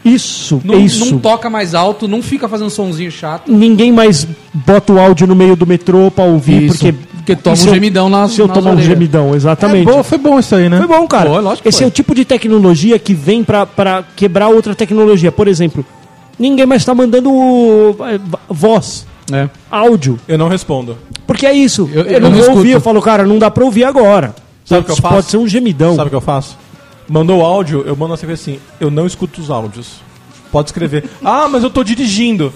Speaker 3: Isso,
Speaker 5: Não,
Speaker 3: é isso.
Speaker 5: não toca mais alto, não fica fazendo sonzinho chato.
Speaker 3: Ninguém mais bota o áudio no meio do metrô pra ouvir,
Speaker 5: Isso,
Speaker 3: porque. é
Speaker 5: porque toma
Speaker 3: e
Speaker 5: um
Speaker 3: eu-
Speaker 5: gemidão nas-
Speaker 3: Se eu
Speaker 5: nas
Speaker 3: tomar um
Speaker 5: orelhas.
Speaker 3: gemidão, exatamente.
Speaker 4: Boa, foi bom isso aí, né?
Speaker 3: Foi bom, cara.
Speaker 5: Foi, lógico que
Speaker 3: Esse
Speaker 5: foi.
Speaker 3: é o tipo de tecnologia que vem pra- pra quebrar outra tecnologia. Por exemplo, ninguém mais tá mandando eh, voz,
Speaker 5: É.
Speaker 3: áudio.
Speaker 2: Eu não respondo.
Speaker 3: Porque é isso. Eu,
Speaker 5: Eu- eu
Speaker 3: não,
Speaker 5: não
Speaker 3: vou
Speaker 5: escuto.
Speaker 3: ouvir. Eu falo, cara, não dá pra ouvir agora.
Speaker 2: Sabe o que eu
Speaker 3: Isso
Speaker 2: faço?
Speaker 3: Pode ser um gemidão.
Speaker 2: Sabe o que eu faço? Mandou o áudio, eu mando assim, assim, eu não escuto os áudios. Pode escrever. ah, mas eu tô dirigindo.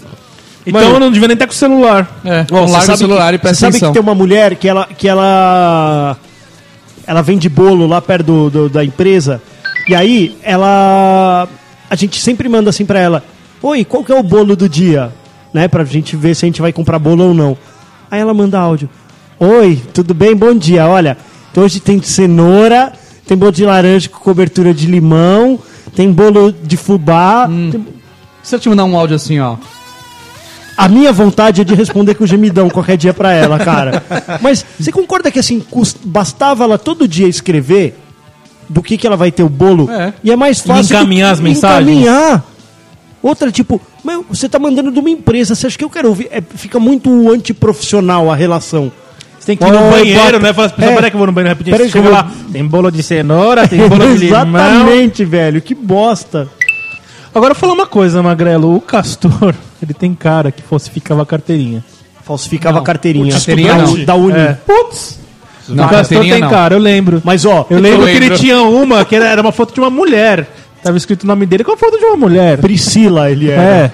Speaker 4: Então eu não devia nem estar com o celular.
Speaker 5: É.
Speaker 3: Bom,
Speaker 5: Então
Speaker 3: você
Speaker 5: larga o
Speaker 3: sabe
Speaker 5: celular
Speaker 3: que,
Speaker 5: e presta
Speaker 3: você
Speaker 5: atenção.
Speaker 3: sabe que tem uma mulher que ela... Que ela, ela vende bolo lá perto do- do- da empresa. E aí, ela... A gente sempre manda assim pra ela. Oi, qual que é o bolo do dia? Né? Pra gente ver se a gente vai comprar bolo ou não. Aí ela manda áudio. Oi, tudo bem? Bom dia. Olha, então hoje tem cenoura, tem bolo de laranja com cobertura de limão, tem bolo de fubá,
Speaker 5: Hum.
Speaker 3: tem-
Speaker 5: Se eu te mandar um áudio assim, ó.
Speaker 3: a minha vontade é de responder com gemidão qualquer dia pra ela, cara. Mas você concorda que assim, cus- bastava ela todo dia escrever do que, que ela vai ter o bolo?
Speaker 5: É.
Speaker 3: E é mais fácil.
Speaker 4: Encaminhar
Speaker 3: do-
Speaker 4: as mensagens.
Speaker 3: Encaminhar. Outra, tipo, meu, você tá mandando de uma empresa, você acha que eu quero ouvir? É, fica muito antiprofissional a relação. É. Você tem
Speaker 4: Que ir no banheiro, né? Fala assim, pessoal, peraí que eu vou no banheiro rapidinho.
Speaker 3: Peraí
Speaker 4: Você
Speaker 3: que eu
Speaker 4: chega
Speaker 3: vou-
Speaker 4: lá, tem bolo de cenoura, tem bolo de limão.
Speaker 3: Exatamente, velho. Que bosta.
Speaker 4: Agora fala uma coisa, Magrelo. O Castor, ele tem cara que falsificava a carteirinha.
Speaker 3: Falsificava
Speaker 5: Não,
Speaker 3: a carteirinha.
Speaker 5: carteirinha
Speaker 3: da,
Speaker 5: não.
Speaker 3: da Uni.
Speaker 4: É. Putz!
Speaker 5: Não,
Speaker 3: tá-
Speaker 4: o Castor
Speaker 5: carteirinha
Speaker 4: tem
Speaker 5: não.
Speaker 4: cara, eu lembro.
Speaker 3: Mas ó,
Speaker 4: Eu lembro,
Speaker 5: lembro.
Speaker 4: que ele tinha uma, que era, era uma foto de uma mulher. Tava escrito o nome dele com a foto de uma mulher.
Speaker 3: Priscila ele era.
Speaker 4: É.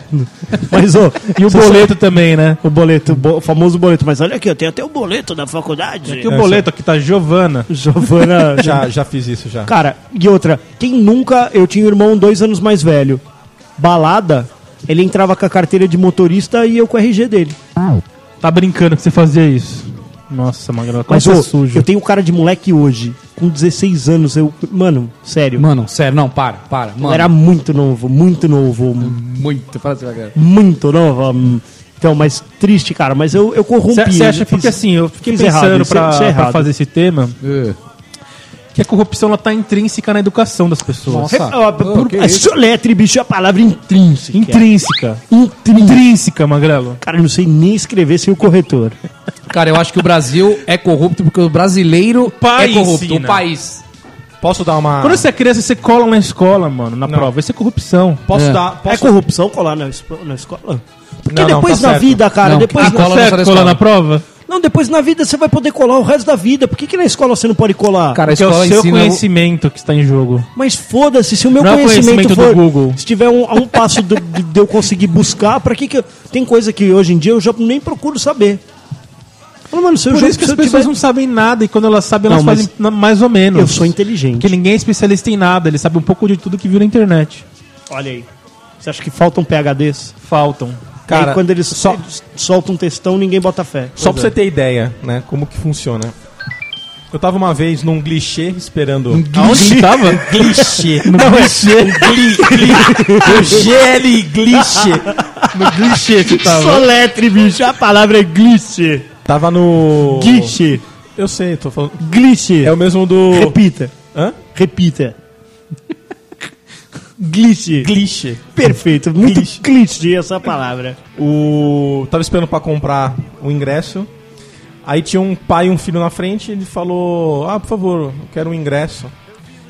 Speaker 3: Mas ó,
Speaker 4: E o boleto também, né?
Speaker 3: O boleto, bo- o famoso boleto. Mas olha aqui, eu tenho até o boleto da faculdade. É,
Speaker 4: E o boleto aqui tá Giovana.
Speaker 3: Giovana. já-
Speaker 2: Já, já fiz isso já.
Speaker 3: Cara, e outra, quem nunca. Eu tinha um irmão dois anos mais velho. Balada, ele entrava com a carteira de motorista e eu com o RG dele.
Speaker 4: Tá brincando que você fazia isso. Nossa, Magrelo, como
Speaker 3: Mas
Speaker 4: você é
Speaker 3: ô,
Speaker 4: sujo.
Speaker 3: eu tenho cara de moleque hoje, com 16 anos. Eu, mano, sério.
Speaker 5: Mano, sério, não, para, para.
Speaker 3: eu
Speaker 5: Mano,
Speaker 3: era muito novo, muito novo.
Speaker 5: muito. Para de cara.
Speaker 3: Muito novo. hum. Então, mas triste, cara. Mas eu, eu corrompi. é
Speaker 4: Você você
Speaker 3: um eu
Speaker 4: acha?
Speaker 3: fiz-
Speaker 4: Porque assim, eu fiquei
Speaker 3: fiz
Speaker 4: pensando
Speaker 3: errado, isso é-
Speaker 4: pra,
Speaker 3: isso é
Speaker 4: pra
Speaker 3: errado.
Speaker 4: fazer esse tema
Speaker 5: Uh,
Speaker 4: que a corrupção ela tá intrínseca na educação das pessoas.
Speaker 5: Nossa.
Speaker 3: Ah, por-
Speaker 5: que
Speaker 3: é
Speaker 5: isso?
Speaker 3: soletre, bicho, é a palavra intrínseca.
Speaker 4: Intrínseca.
Speaker 3: Intrínseca.
Speaker 4: É Intrínseca, Magrelo.
Speaker 3: Cara, eu não sei nem escrever sem o corretor.
Speaker 5: Cara, eu acho que o Brasil é corrupto porque o brasileiro
Speaker 4: país
Speaker 5: é corrupto.
Speaker 4: ensina.
Speaker 5: O país.
Speaker 2: Posso dar
Speaker 3: Ah.
Speaker 2: uma.
Speaker 4: Quando você é criança, você cola na escola, mano, na
Speaker 2: Não.
Speaker 4: prova. Isso é corrupção.
Speaker 2: Posso
Speaker 5: É.
Speaker 2: dar.
Speaker 3: É
Speaker 2: Posso...
Speaker 3: corrupção colar na, espo- na escola? Porque
Speaker 2: Não, não,
Speaker 3: depois
Speaker 2: tá
Speaker 3: na
Speaker 2: certo.
Speaker 3: vida, cara,
Speaker 5: Não,
Speaker 3: depois
Speaker 5: a
Speaker 3: na...
Speaker 5: cola- não sai da escola.
Speaker 4: cola na prova?
Speaker 3: Não, depois na vida você vai poder colar o resto da vida. Por que, que na escola você não pode colar?
Speaker 5: Cara, a
Speaker 4: Porque é o
Speaker 5: escola
Speaker 4: seu
Speaker 5: ensina.
Speaker 4: conhecimento que está em jogo.
Speaker 3: Mas foda-se, se o meu
Speaker 4: Não é o
Speaker 3: conhecimento,
Speaker 4: conhecimento do Google.
Speaker 3: for. Se tiver um, a um passo do- de, de eu conseguir buscar, pra que que eu. Tem coisa que hoje em dia eu já nem procuro saber. Fala, mano, se eu,
Speaker 4: Por
Speaker 3: já-
Speaker 4: isso que
Speaker 3: se
Speaker 4: as
Speaker 3: eu
Speaker 4: pessoas
Speaker 3: tiver-
Speaker 4: não sabem nada e quando elas sabem, elas
Speaker 3: Não, mas
Speaker 4: fazem na- mais ou menos.
Speaker 3: Eu sou inteligente.
Speaker 4: Porque ninguém é especialista em nada, ele sabe um pouco de tudo que viu na internet.
Speaker 3: Olha aí. Você acha que faltam PHDs?
Speaker 4: Faltam.
Speaker 3: Cara,
Speaker 2: Cara,
Speaker 3: aí quando eles, só... eles soltam um textão, ninguém bota fé.
Speaker 2: Só pra você ter ideia, né? Como que funciona. Eu tava uma vez num clichê esperando.
Speaker 4: Aonde estava?
Speaker 2: Clichê.
Speaker 4: No clichê.
Speaker 2: Gli, gli, o GL Glitch.
Speaker 4: No clichê que tava.
Speaker 3: é. Soletre, bicho. A palavra é glitch.
Speaker 2: Tava no.
Speaker 3: Glitch.
Speaker 2: Eu sei, tô falando.
Speaker 3: Glitch.
Speaker 2: É o mesmo do.
Speaker 3: Repita.
Speaker 2: Hã?
Speaker 3: Repita. glitch.
Speaker 2: Glitch.
Speaker 3: Perfeito. Muito
Speaker 2: Glitch.
Speaker 3: glitch essa palavra.
Speaker 2: O. Tava esperando pra comprar o ingresso. Aí tinha um pai e um filho na frente, ele falou: Ah, por favor, eu quero um ingresso.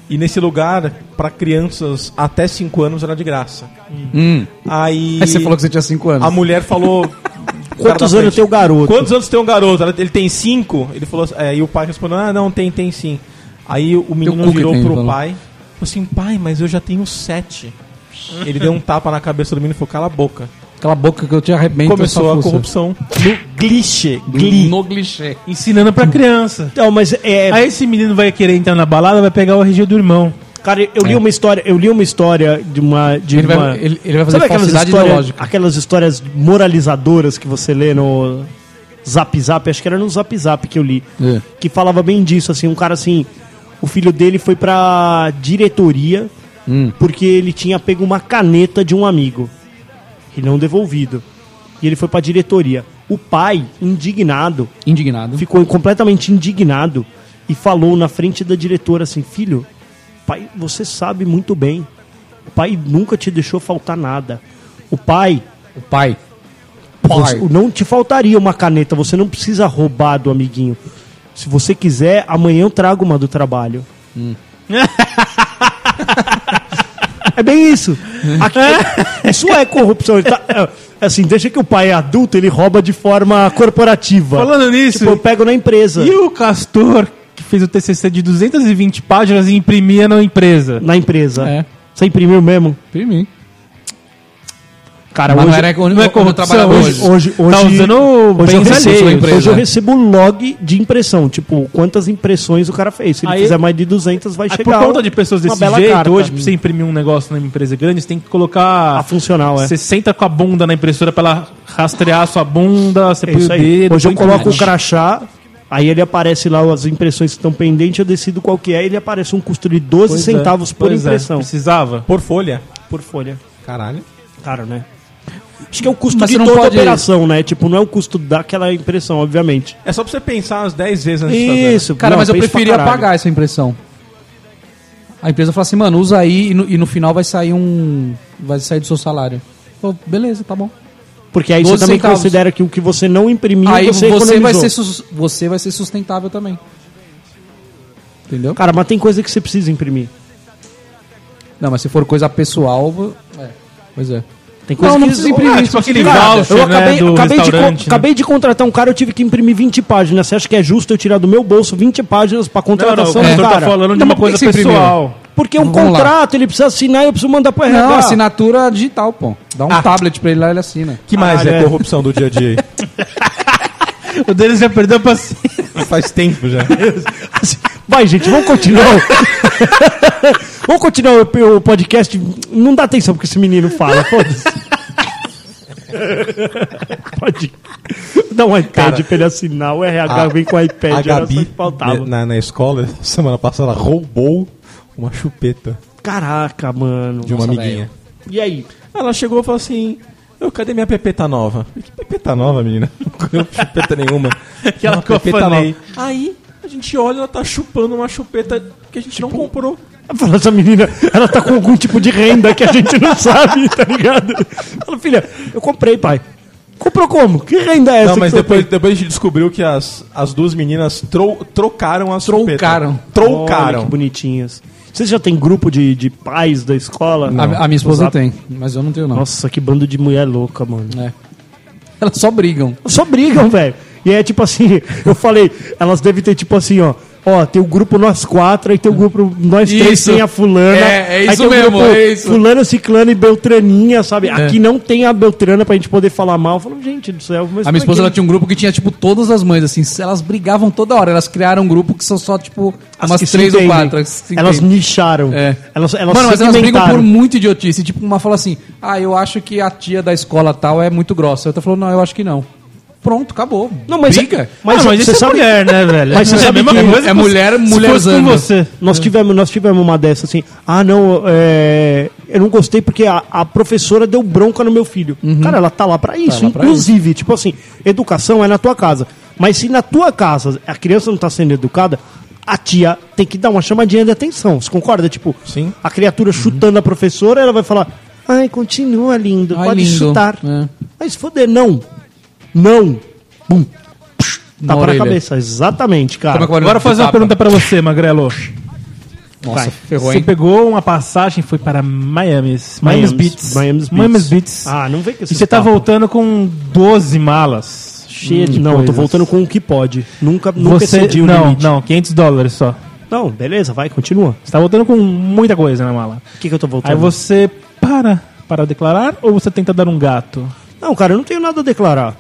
Speaker 2: E nesse lugar, pra crianças até 5 anos era de graça.
Speaker 5: Hum.
Speaker 2: Aí.
Speaker 5: Aí você falou que você tinha 5 anos.
Speaker 2: A mulher falou.
Speaker 3: Quantos anos tem o garoto?
Speaker 2: Quantos anos tem um garoto? Ela- Ele tem cinco? Ele falou assim- é, e o pai respondeu: Ah, não, tem, tem sim. Aí o menino
Speaker 5: cu que
Speaker 2: virou
Speaker 5: tem,
Speaker 2: pro
Speaker 5: falou.
Speaker 2: pai falou assim: pai, mas eu já tenho sete. Ele deu um tapa na cabeça do menino e falou: cala a boca.
Speaker 5: Aquela boca que eu te arrebento.
Speaker 2: Começou
Speaker 5: essa
Speaker 2: a
Speaker 5: fuça.
Speaker 2: corrupção. No glitch. Gli.
Speaker 5: No clichê.
Speaker 4: Ensinando pra criança.
Speaker 3: Então, mas é.
Speaker 4: Aí esse menino vai querer entrar na balada, vai pegar o RG do irmão.
Speaker 3: Cara, eu li uma história, eu li uma história de uma. De
Speaker 5: É. Ele vai-
Speaker 3: uma-
Speaker 5: ele- ele vai fazer
Speaker 3: Sabe aquelas
Speaker 5: falsidade
Speaker 3: histórias,
Speaker 5: ideológica.
Speaker 3: aquelas histórias moralizadoras que você lê no Zap Zap, acho que era no Zap Zap que eu li.
Speaker 5: É.
Speaker 3: Que falava bem disso, assim, um cara assim. O filho dele foi pra diretoria
Speaker 5: Hum.
Speaker 3: porque ele tinha pego uma caneta de um amigo e não devolvido. E ele foi pra diretoria. O pai, indignado,
Speaker 5: Indignado.
Speaker 3: ficou completamente indignado e falou na frente da diretora assim: Filho, pai, você sabe muito bem. O pai nunca te deixou faltar nada. O pai,
Speaker 5: O pai.
Speaker 3: você- não te faltaria uma caneta, você não precisa roubar do amiguinho. Se você quiser, amanhã eu trago uma do trabalho.
Speaker 4: Hum.
Speaker 3: é bem isso. Aqui- isso é corrupção. Ele tá- é, assim, deixa que o pai é adulto, ele rouba de forma corporativa.
Speaker 4: Falando nisso-
Speaker 3: Tipo, eu pego na empresa.
Speaker 4: E o Castor, que fez o TCC de 220 páginas e imprimia na empresa?
Speaker 3: Na empresa.
Speaker 5: É.
Speaker 3: Você imprimiu mesmo?
Speaker 5: Firme.
Speaker 3: Cara,
Speaker 5: Mas não
Speaker 3: hoje,
Speaker 5: era onde,
Speaker 4: não é
Speaker 5: onde eu
Speaker 4: corrupção,
Speaker 5: trabalhava
Speaker 3: hoje,
Speaker 5: hoje.
Speaker 3: hoje, hoje,
Speaker 4: Tá usando
Speaker 3: hoje, eu
Speaker 5: bens alheios da
Speaker 3: recebo,
Speaker 5: empresa.
Speaker 3: hoje eu recebo um log de impressão. Tipo, quantas impressões o cara fez. Se ele
Speaker 4: Aí-
Speaker 3: fizer mais de 200, vai
Speaker 4: Aí,
Speaker 3: chegar
Speaker 4: por conta
Speaker 3: um-
Speaker 4: de pessoas
Speaker 3: uma
Speaker 4: desse
Speaker 3: bela
Speaker 4: jeito,
Speaker 3: carta.
Speaker 4: hoje, pra você imprimir um negócio numa empresa grande, você tem que colocar.
Speaker 3: A funcional, é.
Speaker 4: Você senta com a bunda na impressora pra ela rastrear a sua bunda, você
Speaker 3: É
Speaker 4: põe o
Speaker 3: isso aí.
Speaker 4: dedo.
Speaker 3: Hoje eu
Speaker 4: põe
Speaker 3: coloco
Speaker 4: tudo.
Speaker 3: o crachá, aí ele aparece lá as impressões que estão pendentes, eu decido qual que é, ele aparece um custo de 12
Speaker 4: Pois é,
Speaker 3: centavos por
Speaker 4: pois é,
Speaker 3: impressão.
Speaker 4: Precisava.
Speaker 2: Por folha.
Speaker 3: Por folha.
Speaker 2: Caralho.
Speaker 3: Caro, né? Acho que é o custo
Speaker 5: Mas
Speaker 3: de
Speaker 5: você não
Speaker 3: toda
Speaker 5: pode-
Speaker 3: operação, né? Tipo, não é o custo daquela impressão, obviamente.
Speaker 2: É só pra você pensar umas 10 vezes antes
Speaker 3: Isso,
Speaker 5: Cara,
Speaker 3: não,
Speaker 5: mas eu
Speaker 3: penso pra
Speaker 5: preferia
Speaker 3: caralho.
Speaker 5: pagar essa impressão. A empresa fala assim, mano, usa aí e no, e no final vai sair um. Vai sair do seu salário. Pô, beleza, tá bom.
Speaker 3: Porque aí você
Speaker 5: 12
Speaker 3: também
Speaker 5: centavos.
Speaker 3: considera que o que você não imprimiu,
Speaker 5: aí
Speaker 3: você,
Speaker 5: você,
Speaker 3: economizou.
Speaker 5: vai ser, sus- você vai ser sustentável também. Entendeu?
Speaker 3: Cara, mas tem coisa que você precisa imprimir.
Speaker 5: Não, mas se for coisa pessoal. vo- É, pois é.
Speaker 3: Tem coisa
Speaker 5: Não, não
Speaker 3: que Ah,
Speaker 5: precisa imprimir.
Speaker 4: tipo aquele
Speaker 3: assim, Cara,
Speaker 4: voucher,
Speaker 3: eu
Speaker 4: né,
Speaker 3: acabei,
Speaker 4: do
Speaker 3: acabei de, con-
Speaker 4: restaurante, né?
Speaker 3: acabei de contratar um cara, eu tive que imprimir 20 páginas. Você acha que é justo eu tirar do meu bolso 20 páginas pra
Speaker 4: Não, não, o
Speaker 3: contratação
Speaker 4: Castor
Speaker 3: do
Speaker 4: tá
Speaker 3: então cara?
Speaker 4: falando de
Speaker 5: Não,
Speaker 4: uma
Speaker 5: mas por que
Speaker 4: coisa
Speaker 5: que você imprimiu?
Speaker 4: pessoal.
Speaker 3: Porque é um
Speaker 5: Vamos lá.
Speaker 3: contrato, ele precisa assinar, eu preciso mandar pro RH.
Speaker 5: Não, assinatura digital, pô. Dá um
Speaker 3: Ah.
Speaker 5: tablet pra ele lá, ele assina.
Speaker 2: Que mais
Speaker 3: Caralho,
Speaker 2: é
Speaker 3: é.
Speaker 2: corrupção do dia a dia
Speaker 4: O deles já perdeu a paciência.
Speaker 2: aí? Faz tempo já.
Speaker 3: Vai, gente, vamos continuar. vamos continuar o, o podcast. Não dá atenção porque esse menino fala, foda-se. Pode dá um iPad
Speaker 2: Cara,
Speaker 3: pra ele assinar. O RH
Speaker 2: a-
Speaker 3: vem com o iPad.
Speaker 2: A
Speaker 3: era só
Speaker 2: Gabi,
Speaker 3: que faltava.
Speaker 2: né, na, na escola, semana passada, ela roubou uma chupeta
Speaker 3: Caraca, mano.
Speaker 2: de uma amiguinha.
Speaker 3: E aí?
Speaker 2: Ela chegou e falou assim: eu, cadê minha pepeta nova? Falei, que pepeta nova, menina? Não comeu chupeta nenhuma.
Speaker 4: Aquela
Speaker 2: Uma
Speaker 4: que eu falei.
Speaker 2: nova. Aí a gente olha, ela tá chupando uma chupeta que a gente não comprou.
Speaker 3: Ela falou, essa menina, ela tá com algum tipo de renda que a gente não sabe, tá ligado? Fala, filha, eu comprei, pai. Comprou como? Que renda é essa?
Speaker 2: Não, mas
Speaker 3: que você
Speaker 2: depois, depois a gente descobriu que as, as duas meninas tro- trocaram as chupetas.
Speaker 5: Trocaram.
Speaker 3: Olha
Speaker 2: Trocaram.
Speaker 3: que bonitinhas. Vocês já tem grupo de, de pais da escola?
Speaker 5: A, a minha esposa
Speaker 3: Zap?
Speaker 5: tem, mas eu não tenho, não.
Speaker 3: Nossa, que bando de mulher louca, mano.
Speaker 5: É. Elas só brigam.
Speaker 3: Só brigam, velho. E é tipo assim, eu falei, elas devem ter tipo assim, ó. Ó, tem o grupo nós quatro, aí tem o grupo nós três
Speaker 5: Isso.
Speaker 3: sem a fulana.
Speaker 5: É, é
Speaker 3: aí
Speaker 5: isso
Speaker 3: tem o
Speaker 5: mesmo, é isso. É.
Speaker 3: Fulana, ciclana e beltraninha, sabe? Aqui não tem a beltrana pra gente poder falar mal. Eu falo, gente do céu. Mas
Speaker 5: A minha
Speaker 3: como
Speaker 5: esposa ela
Speaker 3: é que-
Speaker 5: tinha um grupo que tinha, tipo, todas as mães, assim. Elas brigavam toda hora. Elas criaram um grupo que são só, tipo,
Speaker 3: as
Speaker 5: umas
Speaker 3: que se
Speaker 5: três ou
Speaker 3: entendem.
Speaker 5: quatro. as que se
Speaker 3: Elas
Speaker 5: entendem.
Speaker 3: nicharam.
Speaker 5: É.
Speaker 3: Elas, elas
Speaker 5: Mano, mas elas brigam por
Speaker 3: segmentaram.
Speaker 5: muito idiotice. Tipo, uma fala assim: ah, eu acho que a tia da escola tal é muito grossa. A outra falou: não, eu acho que não. Pronto, acabou.
Speaker 3: Não, mas,
Speaker 5: Briga.
Speaker 3: mas,
Speaker 4: Ah, mas
Speaker 3: você
Speaker 4: isso é
Speaker 3: sabe,
Speaker 4: mulher, né, velho?
Speaker 3: Mas você
Speaker 4: é
Speaker 3: sabe
Speaker 4: a mesma
Speaker 3: que-
Speaker 4: coisa
Speaker 5: é
Speaker 4: que
Speaker 5: mulher,
Speaker 4: se
Speaker 5: mulher
Speaker 4: fosse com
Speaker 5: usando.
Speaker 4: você.
Speaker 3: Nós tivemos, nós tivemos uma dessa assim. Ah, não, é, eu não gostei porque a, a professora deu bronca no meu filho.
Speaker 4: Uhum.
Speaker 3: Cara, ela tá lá pra isso.
Speaker 5: lá pra
Speaker 3: inclusive, tipo assim, educação é na tua casa. Mas se na tua casa a criança não tá sendo educada, a tia tem que dar uma chamadinha de atenção. Você concorda? Tipo,
Speaker 2: Sim.
Speaker 3: a criatura
Speaker 4: Uhum.
Speaker 3: chutando a professora, ela vai falar: Ai, continua lindo,
Speaker 5: Ai,
Speaker 3: pode
Speaker 5: lindo."
Speaker 3: chutar.
Speaker 5: É.
Speaker 3: Mas foder, não. Não. Bum. Psh,
Speaker 5: Na
Speaker 3: Tá pra
Speaker 5: orelha.
Speaker 3: cabeça, exatamente, cara.
Speaker 5: Como é que
Speaker 4: Agora eu vou fazer uma
Speaker 5: Tapa.
Speaker 4: pergunta pra você, Magrelo.
Speaker 5: Nossa,
Speaker 3: Vai.
Speaker 5: ferrou,
Speaker 4: Você
Speaker 5: hein?
Speaker 4: pegou uma passagem e foi para Miami. Miami
Speaker 3: Miami's-
Speaker 4: Beats.
Speaker 3: Miami's Beats.
Speaker 4: Miami's Beats.
Speaker 3: Ah, não vem com
Speaker 4: E
Speaker 3: esses
Speaker 4: você tá
Speaker 3: papos.
Speaker 4: voltando Hum, com 12 malas. Cheia de
Speaker 3: Não, eu tô
Speaker 4: coisas.
Speaker 3: voltando com o que pode. Nunca, nunca
Speaker 4: Você,
Speaker 3: excedi o
Speaker 4: não,
Speaker 3: limite.
Speaker 4: não, 500 dólares só.
Speaker 3: Não, beleza, vai, continua.
Speaker 4: Você tá voltando com muita coisa na mala.
Speaker 3: O que, que eu tô voltando?
Speaker 4: Aí você para para declarar ou você tenta dar um gato?
Speaker 3: Não, cara, eu não tenho nada a declarar.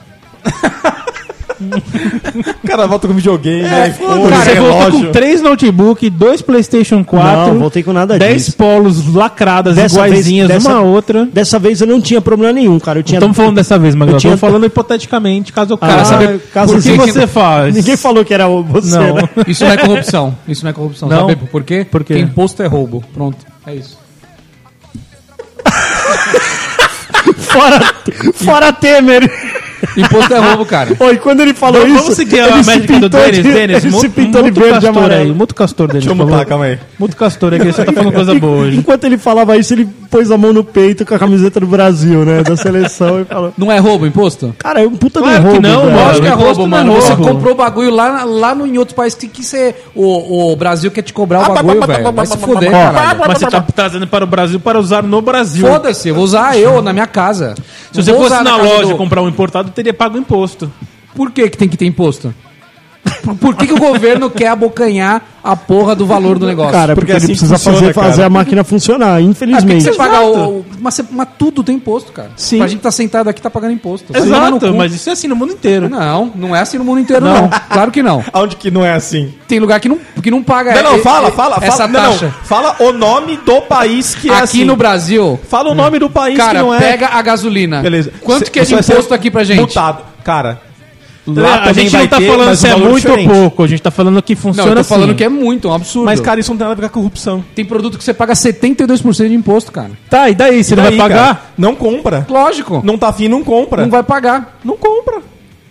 Speaker 2: O cara volta com videogame, né? iPhone,
Speaker 4: Cara, é você voltou
Speaker 2: relógio.
Speaker 4: com três notebook, dois Playstation 4,
Speaker 3: Não, voltei com nada
Speaker 4: 10
Speaker 3: disso.
Speaker 4: polos lacradas,
Speaker 3: Dessa
Speaker 4: iguaizinhas
Speaker 3: vez-
Speaker 4: uma
Speaker 3: dessa-
Speaker 4: a outra.
Speaker 3: Dessa vez eu não tinha problema nenhum, cara. Eu tinha...
Speaker 4: Estamos falando dessa vez, Magal.
Speaker 3: eu tinha-
Speaker 4: Estamos falando hipoteticamente, caso eu
Speaker 3: Ah,
Speaker 4: cara
Speaker 5: sabe
Speaker 3: caso
Speaker 4: por que
Speaker 5: sim.
Speaker 4: você faz?
Speaker 3: Ninguém falou que era você,
Speaker 4: Não.
Speaker 3: né?
Speaker 5: é Isso não é corrupção. Isso não é corrupção.
Speaker 4: Não.
Speaker 5: Sabe por quê?
Speaker 4: Por quê?
Speaker 5: Porque imposto é roubo. Pronto. É isso.
Speaker 3: Fora, fora Temer.
Speaker 5: Imposto é roubo, cara.
Speaker 3: Pô, e quando ele falou
Speaker 4: Vamos
Speaker 3: isso,
Speaker 4: seguir a
Speaker 3: ele se
Speaker 4: métrica do
Speaker 3: pintou
Speaker 4: Denis,
Speaker 3: de,
Speaker 4: Denis.
Speaker 3: ele se
Speaker 4: Muto-
Speaker 3: pintou de
Speaker 4: Muto
Speaker 3: verde e
Speaker 4: castor aí,
Speaker 3: amarelo.
Speaker 4: Muito castor Denis.
Speaker 2: Deixa
Speaker 3: tá
Speaker 2: eu mutar,
Speaker 4: falou.
Speaker 2: calma aí.
Speaker 4: Muito castor, é que você tá falando coisa boa hoje.
Speaker 3: Enquanto ele falava isso, ele pôs a mão no peito com a camiseta do Brasil, né? Da seleção e falou...
Speaker 5: Não é roubo imposto?
Speaker 3: Cara, é um puta
Speaker 4: Claro
Speaker 3: de
Speaker 4: que
Speaker 3: roubo,
Speaker 4: não,
Speaker 3: velho."
Speaker 4: lógico.
Speaker 5: Acho que é
Speaker 4: Imposto
Speaker 5: roubo,
Speaker 4: não é
Speaker 5: mano. Você
Speaker 4: roubo.
Speaker 5: comprou o bagulho lá, lá no, em outro país que, que você. O, o Brasil quer te
Speaker 4: Ah,
Speaker 5: cobrar o bagulho, velho. Vai se fuder, caralho.
Speaker 4: Mas você tá trazendo para o Brasil para usar no Brasil.
Speaker 5: Foda-se, eu vou usar eu na minha casa.
Speaker 4: Se você fosse na loja comprar um importado, teria pago imposto.
Speaker 5: Por que, que tem que ter imposto? Por- Por que, que o governo quer abocanhar a porra do valor do negócio?
Speaker 3: Cara,
Speaker 2: Porque
Speaker 3: porque,
Speaker 2: assim
Speaker 3: ele precisa
Speaker 2: funciona,
Speaker 3: fazer,
Speaker 2: cara.
Speaker 3: fazer a máquina funcionar,
Speaker 5: Ah, por que que
Speaker 3: infelizmente.
Speaker 5: você paga o, o- mas, você- mas tudo tem imposto, cara.
Speaker 4: Sim.
Speaker 5: Pra gente tá sentado aqui, tá pagando imposto. Vai tomar no
Speaker 4: Exato,
Speaker 5: cu.
Speaker 4: mas isso é assim no mundo inteiro.
Speaker 5: Não, não é assim no mundo inteiro, não. Claro que não.
Speaker 2: Aonde que não é assim?
Speaker 5: Tem lugar que não, que não paga
Speaker 2: Não,
Speaker 5: É, e-
Speaker 2: não, fala,
Speaker 5: e-
Speaker 2: fala, fala.
Speaker 5: essa
Speaker 2: não, não,
Speaker 5: taxa.
Speaker 2: Fala o nome do país que é
Speaker 5: aqui
Speaker 2: assim.
Speaker 5: no Brasil,
Speaker 2: Fala o nome do país
Speaker 5: cara,
Speaker 2: que não é.
Speaker 5: pega a gasolina.
Speaker 2: Beleza.
Speaker 5: Quanto
Speaker 2: Cê-
Speaker 5: que é de
Speaker 2: você vai ser
Speaker 5: imposto aqui pra gente?
Speaker 2: Multado. Cara,
Speaker 4: Lá a
Speaker 2: também
Speaker 4: gente não
Speaker 2: vai
Speaker 4: tá
Speaker 2: ter,
Speaker 4: falando
Speaker 2: mas
Speaker 4: se
Speaker 2: um
Speaker 4: é
Speaker 2: valor
Speaker 4: muito
Speaker 2: diferente.
Speaker 4: ou pouco, a gente tá falando que
Speaker 5: Não,
Speaker 4: funciona
Speaker 5: eu tô falando
Speaker 4: assim.
Speaker 5: que é muito, é um absurdo.
Speaker 2: Mas, cara, isso não tem nada a ver com a corrupção.
Speaker 5: tem produto que você paga 72% de imposto, cara.
Speaker 4: Tá, e daí? Você
Speaker 2: E
Speaker 4: não vai
Speaker 2: daí,
Speaker 4: pagar?
Speaker 2: cara? não compra.
Speaker 5: Lógico.
Speaker 2: Não tá afim, não compra.
Speaker 5: Não vai pagar.
Speaker 2: Não compra.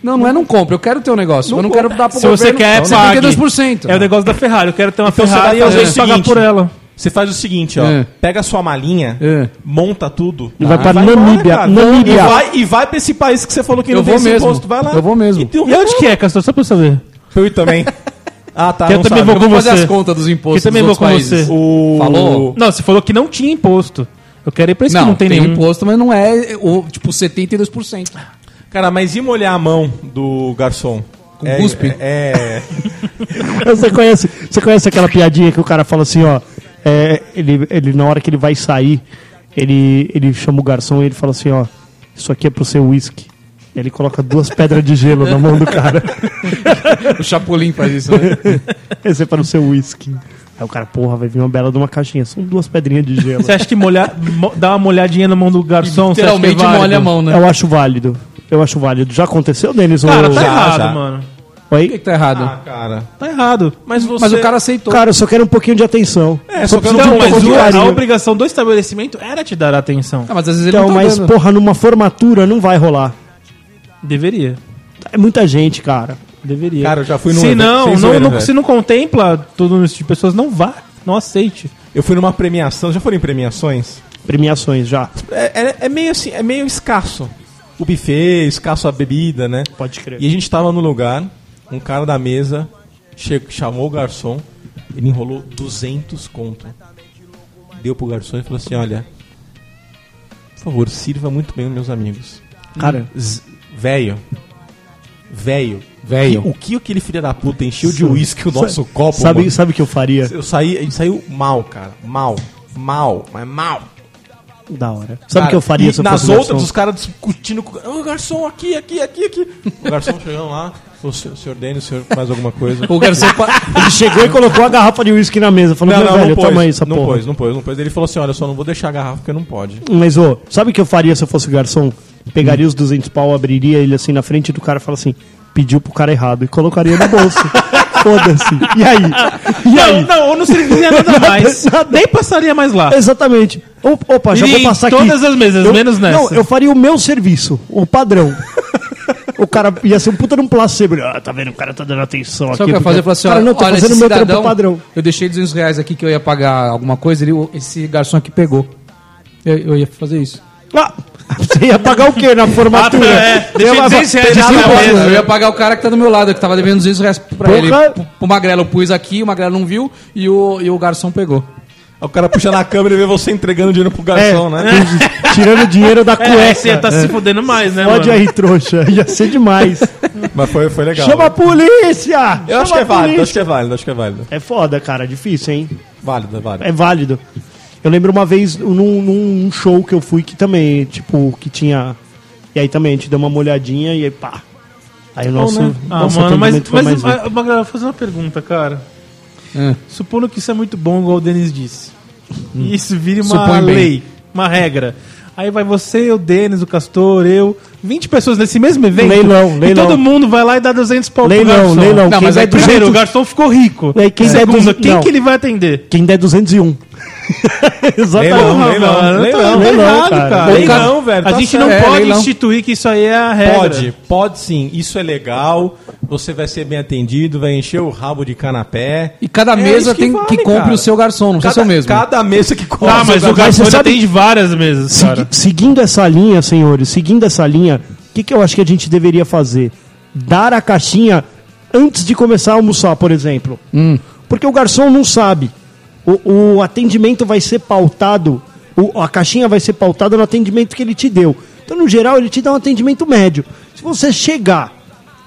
Speaker 5: Não, não é não compra. Eu quero ter um negócio. eu não quero dar pro
Speaker 4: Se você quer, pague.
Speaker 5: 72%.
Speaker 4: É o negócio da Ferrari. Eu quero ter uma
Speaker 2: Então você
Speaker 4: Ferrari
Speaker 2: vai
Speaker 4: e eu
Speaker 2: fazer
Speaker 4: tenho
Speaker 2: o
Speaker 4: que pagar
Speaker 2: seguinte.
Speaker 4: por ela.
Speaker 2: Você faz o seguinte, ó.
Speaker 5: É.
Speaker 2: Pega a sua malinha,
Speaker 5: É.
Speaker 2: monta tudo. Ah,
Speaker 3: E vai pra
Speaker 2: embora,
Speaker 3: Namíbia,
Speaker 2: cara.
Speaker 3: Namíbia.
Speaker 2: E vai, e vai pra esse país que você falou que
Speaker 5: Eu
Speaker 2: não tem
Speaker 5: vou
Speaker 2: esse
Speaker 5: mesmo.
Speaker 2: imposto. Vai lá.
Speaker 5: Eu vou mesmo.
Speaker 2: E, tem um-
Speaker 4: E onde que é, Castor? Só pra eu saber.
Speaker 2: Eu também. Ah, tá.
Speaker 4: Eu
Speaker 2: não
Speaker 4: também
Speaker 2: sabe.
Speaker 4: vou
Speaker 5: Eu vou
Speaker 4: com
Speaker 5: fazer
Speaker 4: você.
Speaker 5: as contas dos impostos
Speaker 4: Eu também
Speaker 5: dos
Speaker 4: vou com
Speaker 5: outros
Speaker 4: você.
Speaker 2: O...
Speaker 5: Falou?
Speaker 4: Não, você falou que não tinha imposto. Eu quero ir pra isso
Speaker 5: Não,
Speaker 4: que não tem, um nenhum.
Speaker 5: imposto, mas não é o, tipo 72%.
Speaker 2: Cara, mas e molhar a mão do garçom?
Speaker 5: Com cuspe?
Speaker 2: É.
Speaker 3: Você conhece, você conhece aquela piadinha que o cara fala assim, ó. é, ele, ele, na hora que ele vai sair, ele, ele chama o garçom e ele fala assim, ó. Isso aqui é pro seu uísque. Ele coloca duas pedras de gelo na mão do cara.
Speaker 5: O Chapolin faz isso, né?
Speaker 3: Esse é para o seu whisky. Aí o cara, porra, vai vir uma bela de uma caixinha. São duas pedrinhas de gelo.
Speaker 4: Você acha que molhar, mo- dar uma molhadinha na mão do garçom, você acha que é
Speaker 5: Literalmente
Speaker 4: válido?
Speaker 5: molha a mão, né?
Speaker 3: Eu acho válido. Eu acho válido. Já aconteceu, Denis?
Speaker 4: Cara, tá
Speaker 2: Já,
Speaker 4: errado,
Speaker 2: já.
Speaker 4: mano.
Speaker 5: Por que,
Speaker 3: Oi?
Speaker 5: que tá errado?
Speaker 2: Ah, cara.
Speaker 4: Tá errado.
Speaker 2: Mas você.
Speaker 5: mas o cara aceitou.
Speaker 3: Cara, eu só quero um pouquinho de atenção.
Speaker 2: É, só quero
Speaker 3: preciso de
Speaker 4: Então,
Speaker 2: um
Speaker 3: um pouco
Speaker 4: mas
Speaker 3: de
Speaker 4: o- a
Speaker 3: carinho.
Speaker 4: obrigação do estabelecimento era te dar atenção.
Speaker 5: Ah, mas às vezes ele
Speaker 3: Então,
Speaker 5: não tá
Speaker 3: mas,
Speaker 5: dando.
Speaker 3: porra, numa formatura não vai rolar.
Speaker 4: Deveria.
Speaker 3: É muita gente, cara.
Speaker 4: Deveria.
Speaker 2: Cara, eu já fui num
Speaker 4: Se
Speaker 2: evento-
Speaker 4: não,
Speaker 2: sem
Speaker 4: não,
Speaker 2: zoeira,
Speaker 4: não-
Speaker 2: velho.
Speaker 4: se não contempla todo esse tipo de pessoas, não vá. Não aceite.
Speaker 2: Eu fui numa premiação. Já foram em premiações?
Speaker 3: Premiações já.
Speaker 2: É, é- é meio assim, é meio escasso. O buffet, escasso a bebida, né?
Speaker 3: Pode crer.
Speaker 2: E a gente tava no lugar, um cara da mesa che- chamou o garçom, ele enrolou 200 conto. Deu pro garçom e falou assim: Olha, por favor, sirva muito bem os meus amigos.
Speaker 3: Cara,
Speaker 2: Z- Velho. Velho.
Speaker 5: Velho.
Speaker 2: O que aquele filho da puta encheu de uísque o nosso copo,
Speaker 3: sabe
Speaker 2: mano?
Speaker 3: sabe o que eu faria?
Speaker 2: Eu saí, a gente saiu mal, cara. Mal. Mal. Mas mal.
Speaker 3: Da hora. Sabe o
Speaker 2: Cara,
Speaker 3: que eu faria
Speaker 2: e
Speaker 3: se eu
Speaker 2: Nas
Speaker 3: fosse um
Speaker 2: outras,
Speaker 3: garçom?
Speaker 2: os caras discutindo com o garçom aqui, aqui, aqui, aqui. O garçom chegando lá, o senhor, senhor Denis, o senhor mais alguma coisa.
Speaker 5: O garçom pa-
Speaker 3: Ele chegou e colocou a garrafa de uísque na mesa. Falou, meu velho, toma aí essa
Speaker 2: não
Speaker 3: porra.
Speaker 2: pôs, não pôs, não pôs. Ele falou assim, olha, eu só não vou deixar a garrafa porque não pode.
Speaker 3: Mas, ô, sabe o que eu faria se eu fosse garçom? Pegaria os 200 pau, abriria ele assim na frente do cara e falaria assim: pediu pro cara errado e colocaria no bolso. Foda-se. E aí? E
Speaker 4: Não,
Speaker 3: aí?
Speaker 4: não, eu não serviria nada mais.
Speaker 3: Nada.
Speaker 4: Nem passaria mais lá.
Speaker 3: Exatamente. Op- Opa, já
Speaker 4: Iria
Speaker 3: vou
Speaker 4: em
Speaker 3: passar aqui.
Speaker 4: todas as mesas,
Speaker 3: Eu-
Speaker 4: menos nessa.
Speaker 3: Não, eu faria o meu serviço, o padrão. o cara ia ser um puta num placebo. Ah, tá vendo? O cara tá dando atenção aqui.
Speaker 5: Sabe o que eu ia fazer? Eu
Speaker 3: porque-
Speaker 5: falar assim,
Speaker 3: cara, não, tô
Speaker 5: olha,
Speaker 3: fazendo
Speaker 5: esse
Speaker 3: meu
Speaker 5: cidadão,
Speaker 3: trampo padrão.
Speaker 5: Eu deixei 200 reais aqui que eu ia pagar alguma coisa, ele, esse garçom aqui pegou. Eu, eu ia fazer isso.
Speaker 3: Ah, você ia pagar o quê na formatura?
Speaker 4: Deixei 200 reais
Speaker 5: Sim,
Speaker 4: na
Speaker 5: eu
Speaker 4: mesa.
Speaker 5: posso. Eu ia pagar o cara que tá do meu lado, que tava devendo 200 reais pra
Speaker 3: Porra.
Speaker 5: ele. Pro- Pro Magrelo eu pus aqui, o Magrelo não viu e o, e o garçom pegou.
Speaker 2: Aí o cara puxa na câmera e vê você entregando dinheiro pro
Speaker 3: É.
Speaker 2: garçom, né?
Speaker 3: Tirando dinheiro da cueca.
Speaker 4: É, aí você ia tá se fudendo mais, né,
Speaker 3: Pode
Speaker 4: mano?
Speaker 3: aí, trouxa. Ia ser demais.
Speaker 2: Mas foi, foi legal.
Speaker 3: É. Chama a polícia!
Speaker 2: eu acho
Speaker 3: Chama
Speaker 2: que é
Speaker 3: a
Speaker 2: válido, acho
Speaker 3: polícia!
Speaker 2: que é válido, acho que é válido.
Speaker 3: É foda, cara. Difícil, hein?
Speaker 2: Válido, é válido.
Speaker 3: É válido. Eu lembro uma vez num, num show que eu fui que também, tipo, que tinha... E aí também, a gente deu uma molhadinha e aí pá. Aí o nosso,
Speaker 4: Bom, né? Ah,
Speaker 3: nosso
Speaker 4: mano, mas,
Speaker 3: atendimento foi
Speaker 4: mas,
Speaker 3: mais
Speaker 4: mas, Magrela, vou fazer uma pergunta, cara.
Speaker 5: Ah.
Speaker 4: Supondo que isso é muito bom, igual o Denis disse.
Speaker 3: Hum.
Speaker 4: E isso vira uma
Speaker 5: Supõe bem.
Speaker 4: lei, uma regra. Aí vai você, o Denis, o Castor, eu, 20 pessoas nesse mesmo evento.
Speaker 3: Leilão,
Speaker 4: E
Speaker 3: leilão.
Speaker 4: todo mundo vai lá e dá 200 pau
Speaker 3: Leilão,
Speaker 4: pro garçom.
Speaker 3: leilão.
Speaker 5: Não,
Speaker 3: quem
Speaker 5: mas
Speaker 3: der
Speaker 5: aí
Speaker 4: Primeiro,
Speaker 3: 200
Speaker 4: o garçom ficou rico.
Speaker 3: É, quem der
Speaker 4: Segundo,
Speaker 3: duzentos-
Speaker 4: quem
Speaker 3: não.
Speaker 4: que ele vai atender? Tá
Speaker 3: Quem der 201. Exatamente.
Speaker 2: Leilão, leilão,
Speaker 4: mano,
Speaker 2: leilão,
Speaker 4: tá
Speaker 3: leilão,
Speaker 4: errado,
Speaker 3: cara.
Speaker 4: cara.
Speaker 2: Leilão,
Speaker 4: Leilão,
Speaker 2: velho,
Speaker 4: A
Speaker 2: tá
Speaker 4: gente
Speaker 2: certo.
Speaker 4: não
Speaker 5: É,
Speaker 4: pode
Speaker 5: leilão.
Speaker 4: instituir que isso aí é a regra.
Speaker 2: Pode, pode sim. Isso é legal. Você vai ser bem atendido, vai encher o rabo de canapé.
Speaker 5: E cada
Speaker 2: É
Speaker 5: mesa
Speaker 2: isso que
Speaker 5: tem
Speaker 2: vale,
Speaker 5: que compre
Speaker 2: cara.
Speaker 5: o seu garçom, não
Speaker 2: Cada,
Speaker 5: precisa ser o mesmo.
Speaker 2: cada mesa que compra.
Speaker 4: Ah, mas o
Speaker 3: Mas
Speaker 4: garçom
Speaker 3: você sabe-
Speaker 4: atende várias mesas,
Speaker 3: Segui-
Speaker 4: cara.
Speaker 3: seguindo essa linha, senhores, seguindo essa linha, o que, que eu acho que a gente deveria fazer? Dar a caixinha antes de começar a almoçar, por exemplo. Porque o garçom não sabe. O, o atendimento vai ser pautado, o- a caixinha vai ser pautada no atendimento que ele te deu. Então, no geral, ele te dá um atendimento médio. Se você chegar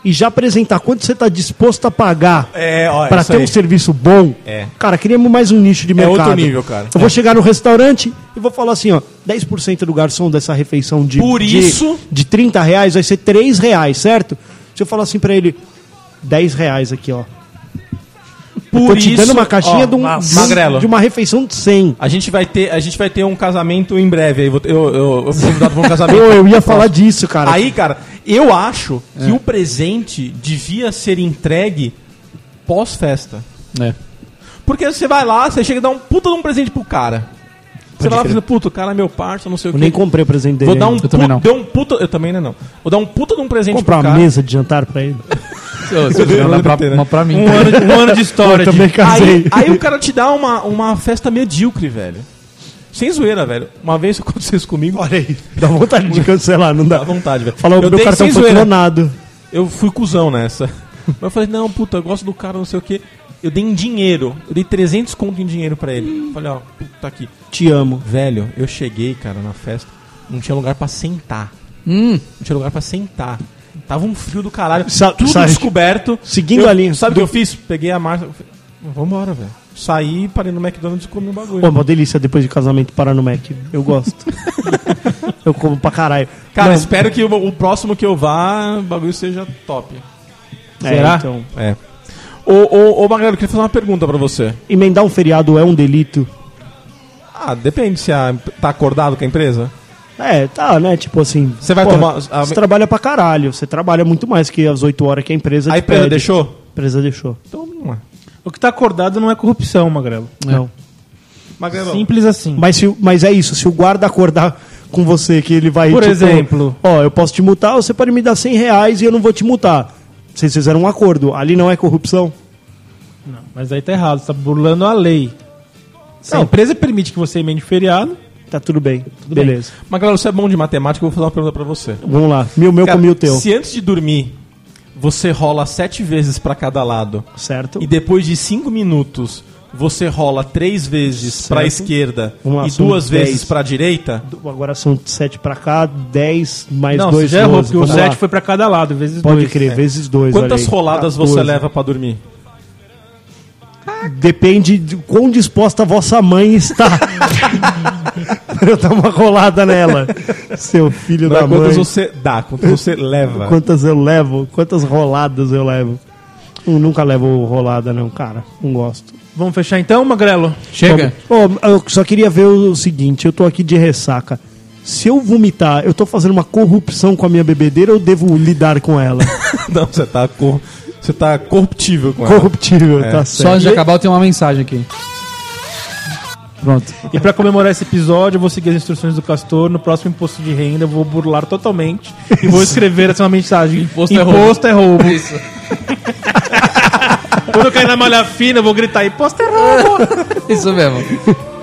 Speaker 3: e já apresentar quanto você está disposto a pagar
Speaker 2: É, ó,
Speaker 3: para
Speaker 2: isso
Speaker 3: ter
Speaker 2: aí.
Speaker 3: um serviço bom,
Speaker 2: É.
Speaker 3: cara, criamos mais um nicho de
Speaker 2: É outro
Speaker 3: mercado.
Speaker 2: nível, cara.
Speaker 3: Eu vou chegar no restaurante e vou falar assim, ó, 10% do garçom dessa refeição de,
Speaker 2: Por
Speaker 3: de,
Speaker 2: isso-
Speaker 3: de 30 reais vai ser 3 reais, certo? Se eu falar assim pra ele, 10 reais aqui, ó.
Speaker 2: Por
Speaker 3: Tô te dando
Speaker 2: isso-
Speaker 3: uma caixinha
Speaker 2: ó,
Speaker 3: de, um-
Speaker 2: ma-
Speaker 3: de um-
Speaker 2: Magrelo.
Speaker 3: de uma refeição de 100.
Speaker 2: A gente vai ter, a gente vai ter um casamento em breve. aí. Vou- Eu, eu, eu fui convidado para um
Speaker 3: Eu,
Speaker 2: casamento.
Speaker 3: eu ia falar disso, cara. É.
Speaker 2: Aí, cara, eu acho que o presente devia ser entregue pós-festa.
Speaker 5: É.
Speaker 2: Porque você vai lá, você chega e dá um puta de um presente pro cara. Você vai lá e fala, puta, o cara é meu parça, não sei o
Speaker 3: eu
Speaker 2: quê.
Speaker 3: nem comprei o presente dele.
Speaker 2: Vou dar um,
Speaker 5: Eu também
Speaker 2: pu-
Speaker 5: não.
Speaker 2: deu um puta. Eu também ainda não. Vou dar um puta de um presente
Speaker 3: comprar
Speaker 2: pro
Speaker 3: uma
Speaker 2: cara.
Speaker 3: mesa de jantar pra ele.
Speaker 5: Ô, Você vai mandar pra, uma pra mim.
Speaker 4: Um ano, de- um ano de história. de-
Speaker 3: Também
Speaker 2: Aí,
Speaker 3: casei.
Speaker 2: aí o cara te dá uma, uma festa medíocre, velho. Sem zoeira, velho. Uma vez aconteceu isso comigo. Olha aí.
Speaker 3: Dá vontade de cancelar, não
Speaker 2: Dá
Speaker 3: dá.
Speaker 2: vontade, velho.
Speaker 3: Falou,
Speaker 2: eu
Speaker 3: meu
Speaker 2: dei
Speaker 3: cartão
Speaker 2: sem
Speaker 3: foi
Speaker 2: zoeira.
Speaker 3: clonado.
Speaker 2: Eu fui cuzão nessa. Mas eu falei, não, puta, eu gosto do cara, não sei o quê. Eu dei em dinheiro. Eu dei 300 conto em dinheiro pra ele. Falei, ó, tá aqui.
Speaker 3: Te amo.
Speaker 2: Velho, eu cheguei, cara, na festa. Não tinha lugar pra sentar.
Speaker 5: Hum.
Speaker 2: Não tinha lugar pra sentar. Tava um frio do caralho.
Speaker 3: Sa-
Speaker 2: tudo
Speaker 3: sabe-
Speaker 2: descoberto.
Speaker 3: Seguindo
Speaker 2: Eu-
Speaker 3: a linha.
Speaker 2: Sabe o que eu fiz? Peguei a marcha. falei, Vambora, velho. Saí, parei no McDonald's e comi um bagulho.
Speaker 3: Pô, uma delícia depois de casamento parar no Mac. Eu gosto. eu como pra caralho.
Speaker 2: Cara,
Speaker 3: Não,
Speaker 2: espero que o, o próximo que eu vá, o bagulho seja top.
Speaker 3: é,
Speaker 4: Será?
Speaker 3: então,
Speaker 2: É. Ô, ô, ô Magrelo, eu queria fazer uma pergunta pra você.
Speaker 3: emendar um feriado é um delito?
Speaker 2: Ah, depende se a, tá acordado com a empresa.
Speaker 3: É, tá, né? Tipo assim.
Speaker 2: Você vai tomar- a-
Speaker 3: Você trabalha pra caralho. Você trabalha muito mais que as 8 horas que a empresa.
Speaker 2: a
Speaker 3: te
Speaker 2: empresa
Speaker 3: pede.
Speaker 2: deixou?
Speaker 3: A empresa deixou.
Speaker 2: Então, não é.
Speaker 4: O que tá acordado não é corrupção, Magrelo.
Speaker 3: Não.
Speaker 2: Magrelo,
Speaker 4: Simples assim.
Speaker 3: Mas, se, o- mas é isso. Se o guarda acordar com você que ele vai. tipo,
Speaker 4: Por exemplo.
Speaker 3: Ó, eu posso te multar, você pode me dar 100 reais e eu não vou te multar. Vocês fizeram um acordo. Ali não é corrupção?
Speaker 4: Não, mas aí tá errado, você tá burlando a lei. Se a
Speaker 3: Não.
Speaker 4: empresa permite que você emende feriado,
Speaker 3: Tá tudo bem.
Speaker 4: bem.
Speaker 3: Beleza.
Speaker 2: Magrelo, você é bom de matemática, eu vou fazer uma pergunta pra você.
Speaker 3: Vamos lá. Meu, meu
Speaker 2: Cara,
Speaker 3: com mil teu.
Speaker 2: Se antes de dormir você rola sete vezes pra cada lado
Speaker 3: Certo?
Speaker 2: e depois de cinco minutos você rola três vezes pra esquerda
Speaker 3: Vamos lá,
Speaker 2: e
Speaker 3: são
Speaker 2: duas
Speaker 3: dez.
Speaker 2: vezes pra direita,
Speaker 3: Agora são 7 pra cá, 10 mais
Speaker 4: não,
Speaker 3: 2.
Speaker 4: você já errou, porque o 7
Speaker 3: 7
Speaker 4: foi pra cada lado, vezes
Speaker 3: Pode
Speaker 4: dois.
Speaker 3: crer, vezes 2.
Speaker 2: é. quantas roladas você leva pra dormir?
Speaker 3: Depende de quão disposta a vossa mãe está. pra eu dar uma rolada nela. Seu filho
Speaker 2: Não é
Speaker 3: da mãe.
Speaker 2: quantas você dá, quantas você leva.
Speaker 3: Quantas eu levo? Quantas roladas eu levo? Eu nunca levo rolada, não, cara. Não gosto.
Speaker 4: Vamos fechar então, Magrelo?
Speaker 5: Chega.
Speaker 3: Ô, eu só queria ver o seguinte: eu tô aqui de ressaca. Se eu vomitar, eu tô fazendo uma corrupção com a minha bebedeira ou devo lidar com ela?
Speaker 2: Não, você tá, cor... você tá corruptível com ela.
Speaker 3: Corruptível,
Speaker 2: É.
Speaker 3: tá
Speaker 5: Só
Speaker 3: certo.
Speaker 5: antes de acabar, eu tenho uma mensagem aqui. Pronto.
Speaker 4: E pra comemorar esse episódio, eu vou seguir as instruções do Castor. No próximo imposto de renda, eu vou burlar totalmente e vou escrever essa mensagem.
Speaker 5: Imposto é
Speaker 4: é roubo.
Speaker 5: Isso.
Speaker 4: Quando eu cair na malha fina, eu vou gritar: Imposto é roubo!
Speaker 5: Isso mesmo.